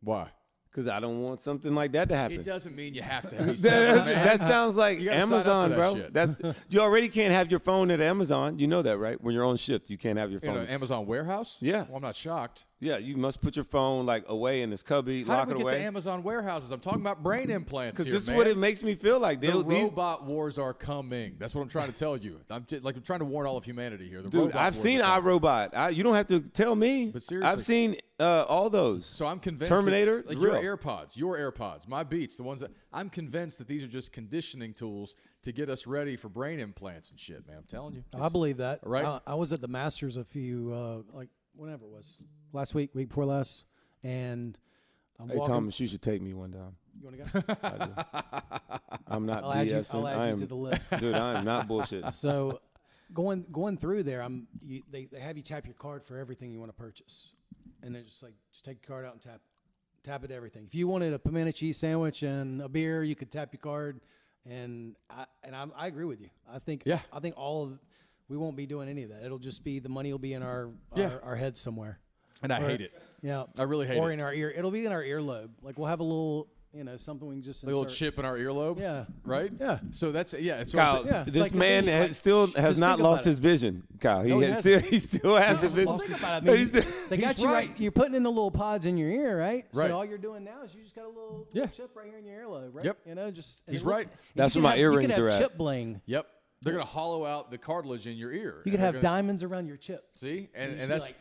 S1: Why?
S2: because I don't want something like that to happen.
S1: It doesn't mean you have to have severance, man.
S2: that sounds like
S1: You gotta sign up for
S2: Amazon,
S1: that
S2: bro.
S1: shit.
S2: That's you already can't have your phone at Amazon. You know that, right? When you're on shift, you can't have your
S1: In
S2: phone.
S1: an Amazon warehouse?
S2: Yeah.
S1: Well, I'm not shocked.
S2: Yeah, you must put your phone like away in this cubby,
S1: How
S2: lock
S1: did
S2: it
S1: we get
S2: away.
S1: to Amazon warehouses? I'm talking about brain implants here,
S2: Because this
S1: man.
S2: is what it makes me feel like.
S1: the
S2: They'll- these-
S1: robot wars are coming. That's what I'm trying to tell you. I'm just, like I'm trying to warn all of humanity here. The
S2: dude,
S1: robot
S2: I've
S1: wars
S2: seen
S1: are coming.
S2: iRobot. I, you don't have to tell me. But
S1: seriously.
S2: I've seen uh, all those.
S1: So I'm convinced.
S2: Terminator,
S1: That, like
S2: it's real.
S1: your AirPods, your AirPods, my Beats, the ones that I'm convinced that these are just conditioning tools to get us ready for brain implants and shit, man. I'm telling you.
S3: I believe that.
S1: Right?
S3: I, I was at the Masters a few, uh, like whenever it was, last week, week before last, and I'm
S2: hey,
S3: walking.
S2: Thomas, you should take me one time.
S3: You want to go?
S2: I'm not
S3: I'll add you-
S2: BSing.
S3: I'll add
S2: I
S3: you
S2: am,
S3: to the list.
S2: dude. I am not bullshit.
S3: So going going through there, I'm you, they, they have you tap your card for everything you want to purchase, and they're just like just take your card out and tap tap it everything. If you wanted a pimento cheese sandwich and a beer, you could tap your card, and I and I'm, I agree with you. I think
S1: Yeah.
S3: I think all of we won't be doing any of that. It'll just be the money will be in our
S1: Yeah.
S3: our, our head somewhere.
S1: And I hate it.
S3: Yeah,
S1: I really hate
S3: or
S1: it.
S3: in our ear. It'll be in our earlobe. Like we'll have a little you know something we can just
S1: A little
S3: insert.
S1: chip in our earlobe.
S3: Yeah.
S1: Right.
S3: Yeah.
S1: So that's yeah. So
S2: Kyle,
S3: Yeah, it's
S2: this
S3: like a
S2: man
S3: video,
S2: has
S3: like,
S2: still
S3: just
S2: has not
S3: think about
S2: lost
S3: it.
S2: his vision, Kyle. He,
S1: he
S2: has still he still has the
S3: Well, think
S2: vision.
S3: about it. I mean,
S2: He's-
S3: they got
S1: He's
S3: you
S1: right.
S3: right. You're putting in the little pods in your ear, right?
S1: Right.
S3: So all you're doing now is you just got a little,
S1: Yeah.
S3: chip right here in your earlobe, right?
S1: Yep.
S3: You know, just and
S1: He's
S3: it look-
S1: right.
S3: you
S2: That's
S3: could
S2: where my
S3: have- you could
S2: earrings
S3: have
S2: are at.
S3: Chip bling.
S1: Yep. They're gonna hollow out the cartilage in your ear. and
S3: You could
S1: they're
S3: have
S1: gonna-
S3: diamonds around your chip.
S1: See, and,
S3: You
S1: and
S3: should be
S1: that's
S3: like,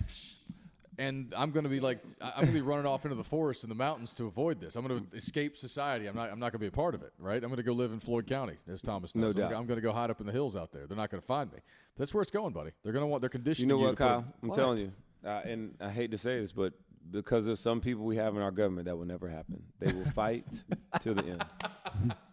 S1: and I'm going to be like I- I'm going to be running off into the forest and the mountains to avoid this. I'm going to escape society. I'm not I'm not going to be a part of it, right? I'm going to go live in Floyd County, as Thomas knows.
S2: doubt.
S1: I'm, going to go hide up in the hills out there. They're not going to find me. That's where it's going, buddy. They're going to want they're
S2: You
S1: conditioning
S2: know what,
S1: to put-
S2: Kyle? I'm
S1: What?
S2: telling you, uh, and I hate to say this, but because of some people we have in our government, that will never happen. They will fight till the end.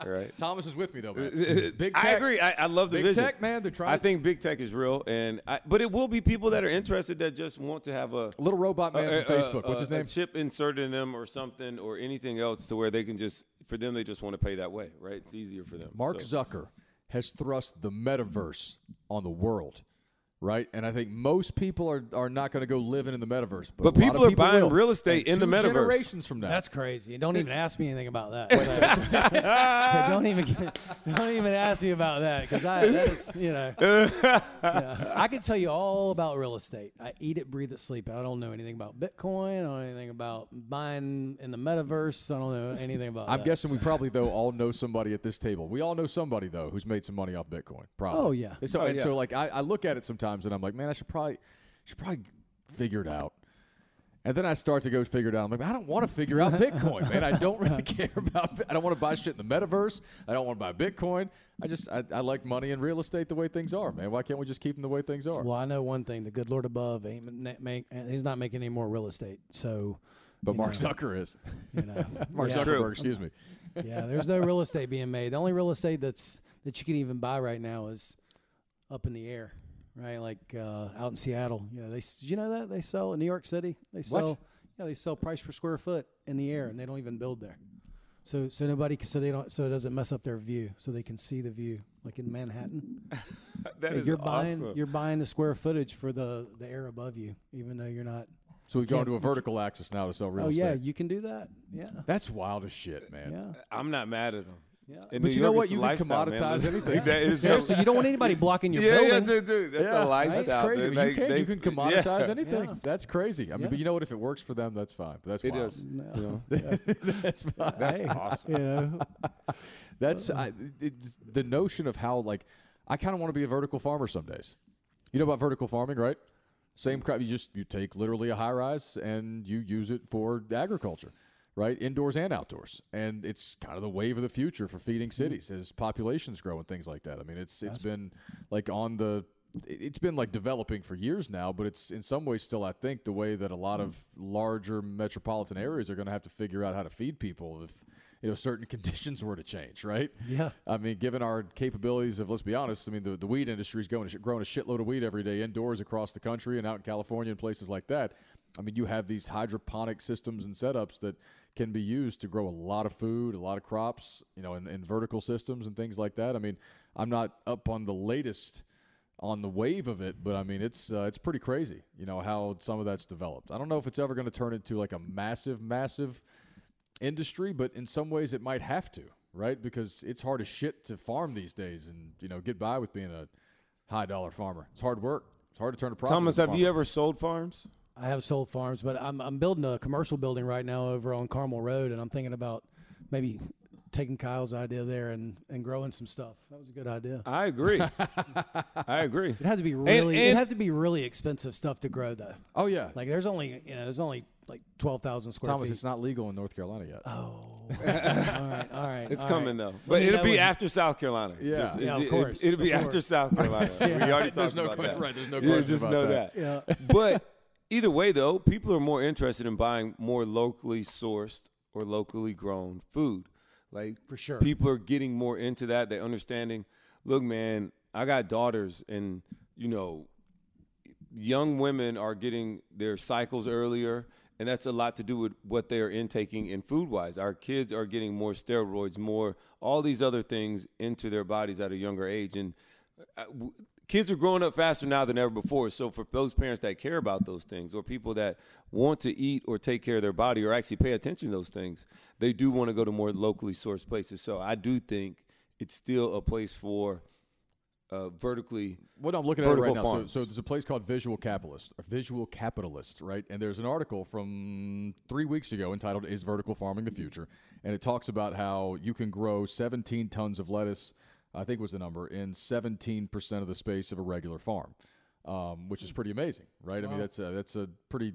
S2: All right.
S1: Thomas is with me though. Man. Big tech,
S2: I agree. I, I love the
S1: Big
S2: vision.
S1: tech, man. They're trying.
S2: I
S1: to-
S2: think big tech is real, and I, but it will be people that are interested that just want to have a
S1: little robot man
S2: a-
S1: from
S2: a-
S1: Facebook. What's his
S2: a- a
S1: name?
S2: chip inserted in them or something or anything else to where they can just for them they just want to pay that way, right? It's easier for them.
S1: Mark
S2: So-
S1: Zucker has thrust the metaverse on the world, right? And I think most people are, are not going to go living in the metaverse. But,
S2: But
S1: a lot
S2: people
S1: of
S2: are buying
S1: will.
S2: real estate
S1: And
S2: in the
S1: two
S2: metaverse.
S1: Generations from now.
S3: That's crazy. And don't even ask me anything about that. So- Yeah, don't even get- don't even ask me about that because I that is, you know yeah. I can tell you all about real estate. I eat it, breathe it, sleep it. I don't know anything about Bitcoin. I don't know anything about buying in the metaverse. I don't know anything about.
S1: I'm
S3: that.
S1: guessing we probably though all know somebody at this table. We all know somebody though who's made some money off Bitcoin. Probably.
S3: Oh, yeah.
S1: And so,
S2: Oh,
S1: and
S2: yeah.
S1: so like I, I look at it sometimes and I'm like, man, I should probably should probably figure it out. And then I start to go figure it out. I'm like, I don't want to figure out Bitcoin, man. I don't really care about. I don't want to buy shit in the metaverse. I don't want to buy Bitcoin. I just I, I like money and real estate the way things are, man. Why can't we just keep them the way things are?
S3: Well, I know one thing: the good Lord above ain't ma- make. He's not making any more real estate. So,
S1: but
S3: you
S1: Mark
S3: know,
S1: Zucker is.
S3: you know,
S1: Mark
S3: yeah,
S1: Zuckerberg, excuse me.
S3: yeah, there's no real estate being made. The only real estate that's that you can even buy right now is up in the air, right? Like uh, out in Seattle. You know, they s- you know that they sell in New York City. They sell. Yeah, they sell price per square foot in the air, and they don't even build there. So, so nobody, c- so they don't, so it doesn't mess up their view, so they can see the view, like in Manhattan.
S2: That
S3: Like,
S2: is
S3: you're buying
S2: awesome.
S3: you're buying the square footage for the the air above you, even though you're not.
S1: So we've gone to a vertical axis now to sell real
S3: oh
S1: estate.
S3: yeah, you can do that. Yeah,
S1: That's wild as shit, man.
S3: yeah.
S2: I'm not mad at them.
S3: Yeah.
S2: In
S1: But
S2: New
S1: you know
S2: York,
S1: what?
S2: it's a
S1: You can
S2: lifestyle, man.
S1: commoditize everything.
S2: that is
S3: Seriously, you don't want anybody blocking your
S2: yeah, yeah,
S3: building.
S2: dude, dude, that's a
S1: right?
S2: lifestyle.
S1: That's crazy.
S2: dude.
S1: but
S2: They-
S1: you, can,
S2: they-
S1: you can commoditize
S2: yeah.
S1: anything.
S3: Yeah.
S1: That's crazy. I mean,
S3: Yeah.
S1: but you know what? If it works for them, that's fine. But that's
S2: It
S1: wild.
S2: is.
S3: No.
S2: You know,
S1: that's wild.
S2: that's
S3: Hey,
S2: awesome.
S3: You know,
S1: That's I, it's the notion of how like I kind of want to be a vertical farmer some days. You know about vertical farming, right? Same crop. You just you take literally a high rise and you use it for agriculture, right? Indoors and outdoors, and it's kind of the wave of the future for feeding cities as populations grow and things like that. I mean, it's it's been like on the it- it's been like developing for years now, but it's in some ways still I think the way that a lot of larger metropolitan areas are going to have to figure out how to feed people if you know certain conditions were to change, right?
S3: Yeah.
S1: I mean, given our capabilities of, let's be honest, I mean, the, the weed industry is going to sh- growing a shitload of weed every day indoors across the country and out in California and places like that. I mean, you have these hydroponic systems and setups that can be used to grow a lot of food, a lot of crops, you know, in, in vertical systems and things like that. I mean, I'm not up on the latest on the wave of it, but I mean, it's uh, it's pretty crazy, you know, how some of that's developed. I don't know if it's ever going to turn into like a massive, massive industry, but in some ways it might have to, right? Because it's hard as shit to farm these days and, you know, get by with being a high dollar farmer. It's hard work. It's hard to turn a profit.
S2: Thomas,
S1: as a
S2: have you
S1: farmer.
S2: ever sold farms?
S3: I have sold farms, but I'm I'm building a commercial building right now over on Carmel Road, and I'm thinking about maybe taking Kyle's idea there and and growing some stuff. That was a good idea.
S2: I agree. I agree.
S3: It has to be really it
S2: and-
S3: has to be really expensive stuff to grow though.
S1: Oh, yeah.
S3: Like there's only you know there's only like twelve thousand square
S1: Thomas,
S3: feet.
S1: it's not legal in North Carolina yet.
S3: Oh, all right, all right.
S2: It's
S3: all
S2: coming though,
S3: right. Let
S2: but
S3: me
S2: it'll
S3: know
S2: be
S3: when-
S2: after South Carolina.
S1: Yeah.
S3: Yeah, of
S2: it-
S3: course,
S2: It, will be
S3: of
S2: after
S3: course.
S2: South Carolina. We already
S1: There's
S2: talked
S1: no
S2: about
S1: que-
S2: that.
S1: right, there's no
S2: Yeah,
S1: question
S2: just
S1: about
S2: know
S1: that.
S2: that.
S3: Yeah.
S2: but either way, though, people are more interested in buying more locally sourced or locally grown food. Like
S3: For sure.
S2: people are getting more into that. They're understanding. Look, man, I got daughters, and you know, young women are getting their cycles earlier, and that's a lot to do with what they are intaking in food wise. Our kids are getting more steroids, more all these other things into their bodies at a younger age, and uh, w- kids are growing up faster now than ever before. So for those parents that care about those things, or people that want to eat or take care of their body, or actually pay attention to those things, they do want to go to more locally sourced places. So I do think it's still a place for uh, vertically.
S1: What I'm looking at
S2: Vertical
S1: right now. So,
S2: farms.
S1: so there's a place called Visual Capitalist, or Visual Capitalist, right? And there's an article from three weeks ago entitled "Is Vertical Farming the Future?" And it talks about how you can grow 17 tons of lettuce, I think was the number, in 17 percent of the space of a regular farm, um, which is pretty amazing, right? I mean, that's a, that's a pretty.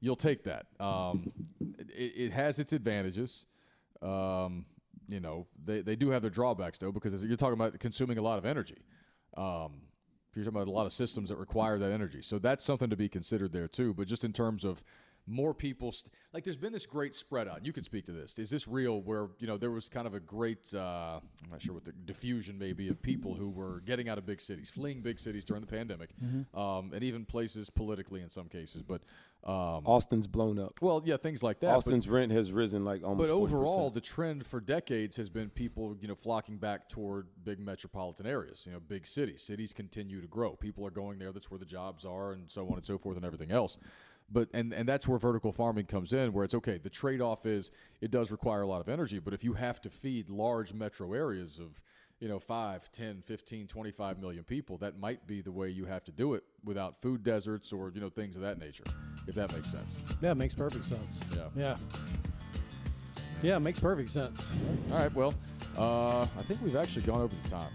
S1: You'll take that. Um, it, it has its advantages. Um, you know, they, they do have their drawbacks though, because you're talking about consuming a lot of energy. Um, you're talking about a lot of systems that require that energy, so that's something to be considered there too. But just in terms of more people, st- like there's been this great spread out. You could speak to this. Is this real? Where you know there was kind of a great, uh, I'm not sure what the diffusion may be of people who were getting out of big cities, fleeing big cities during the pandemic, um, and even places politically in some cases. But um,
S2: Austin's blown up.
S1: well, yeah, things like that. but-
S2: Austin's rent has risen like almost.
S1: but
S2: 40%.
S1: overall, the trend for decades has been people, you know, flocking back toward big metropolitan areas, you know, big cities. Cities continue to grow. People are going there. That's where the jobs are, and so on and so forth, and everything else. But and and that's where vertical farming comes in, where it's okay. The trade-off is it does require a lot of energy, but if you have to feed large metro areas of you know 5 10 15 25 million people that might be the way you have to do it without food deserts or you know things of that nature if that makes sense
S3: Yeah, it makes perfect sense.
S1: Yeah.
S3: Yeah. Yeah, it makes perfect sense.
S1: All right, well, uh, I think we've actually gone over the time.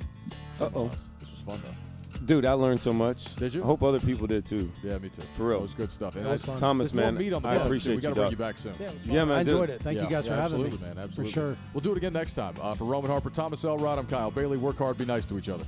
S2: Uh-oh.
S1: This was fun, though.
S2: dude, I learned so much.
S1: Did you?
S2: I hope other people did too.
S1: Yeah, me too.
S2: For real.
S1: It was good stuff. And
S3: That was
S1: there's-
S3: fun.
S2: Thomas,
S1: there's more
S2: man,
S1: meat on the
S2: I
S1: bone, too.
S2: appreciate
S1: We got to
S2: you.
S1: bring
S2: dog.
S1: you back soon.
S3: Yeah, it was
S2: Yeah,
S3: fun.
S2: man,
S3: I
S2: do
S3: enjoyed
S2: it.
S3: it. Thank
S1: Yeah,
S3: you guys
S1: yeah,
S3: for having
S1: absolutely,
S3: me.
S1: man. Absolutely.
S3: sure.
S1: We'll do it again next time. Uh, for Roman Harper, Thomas L. Rod, I'm Kyle Bailey. Work hard, be nice to each other.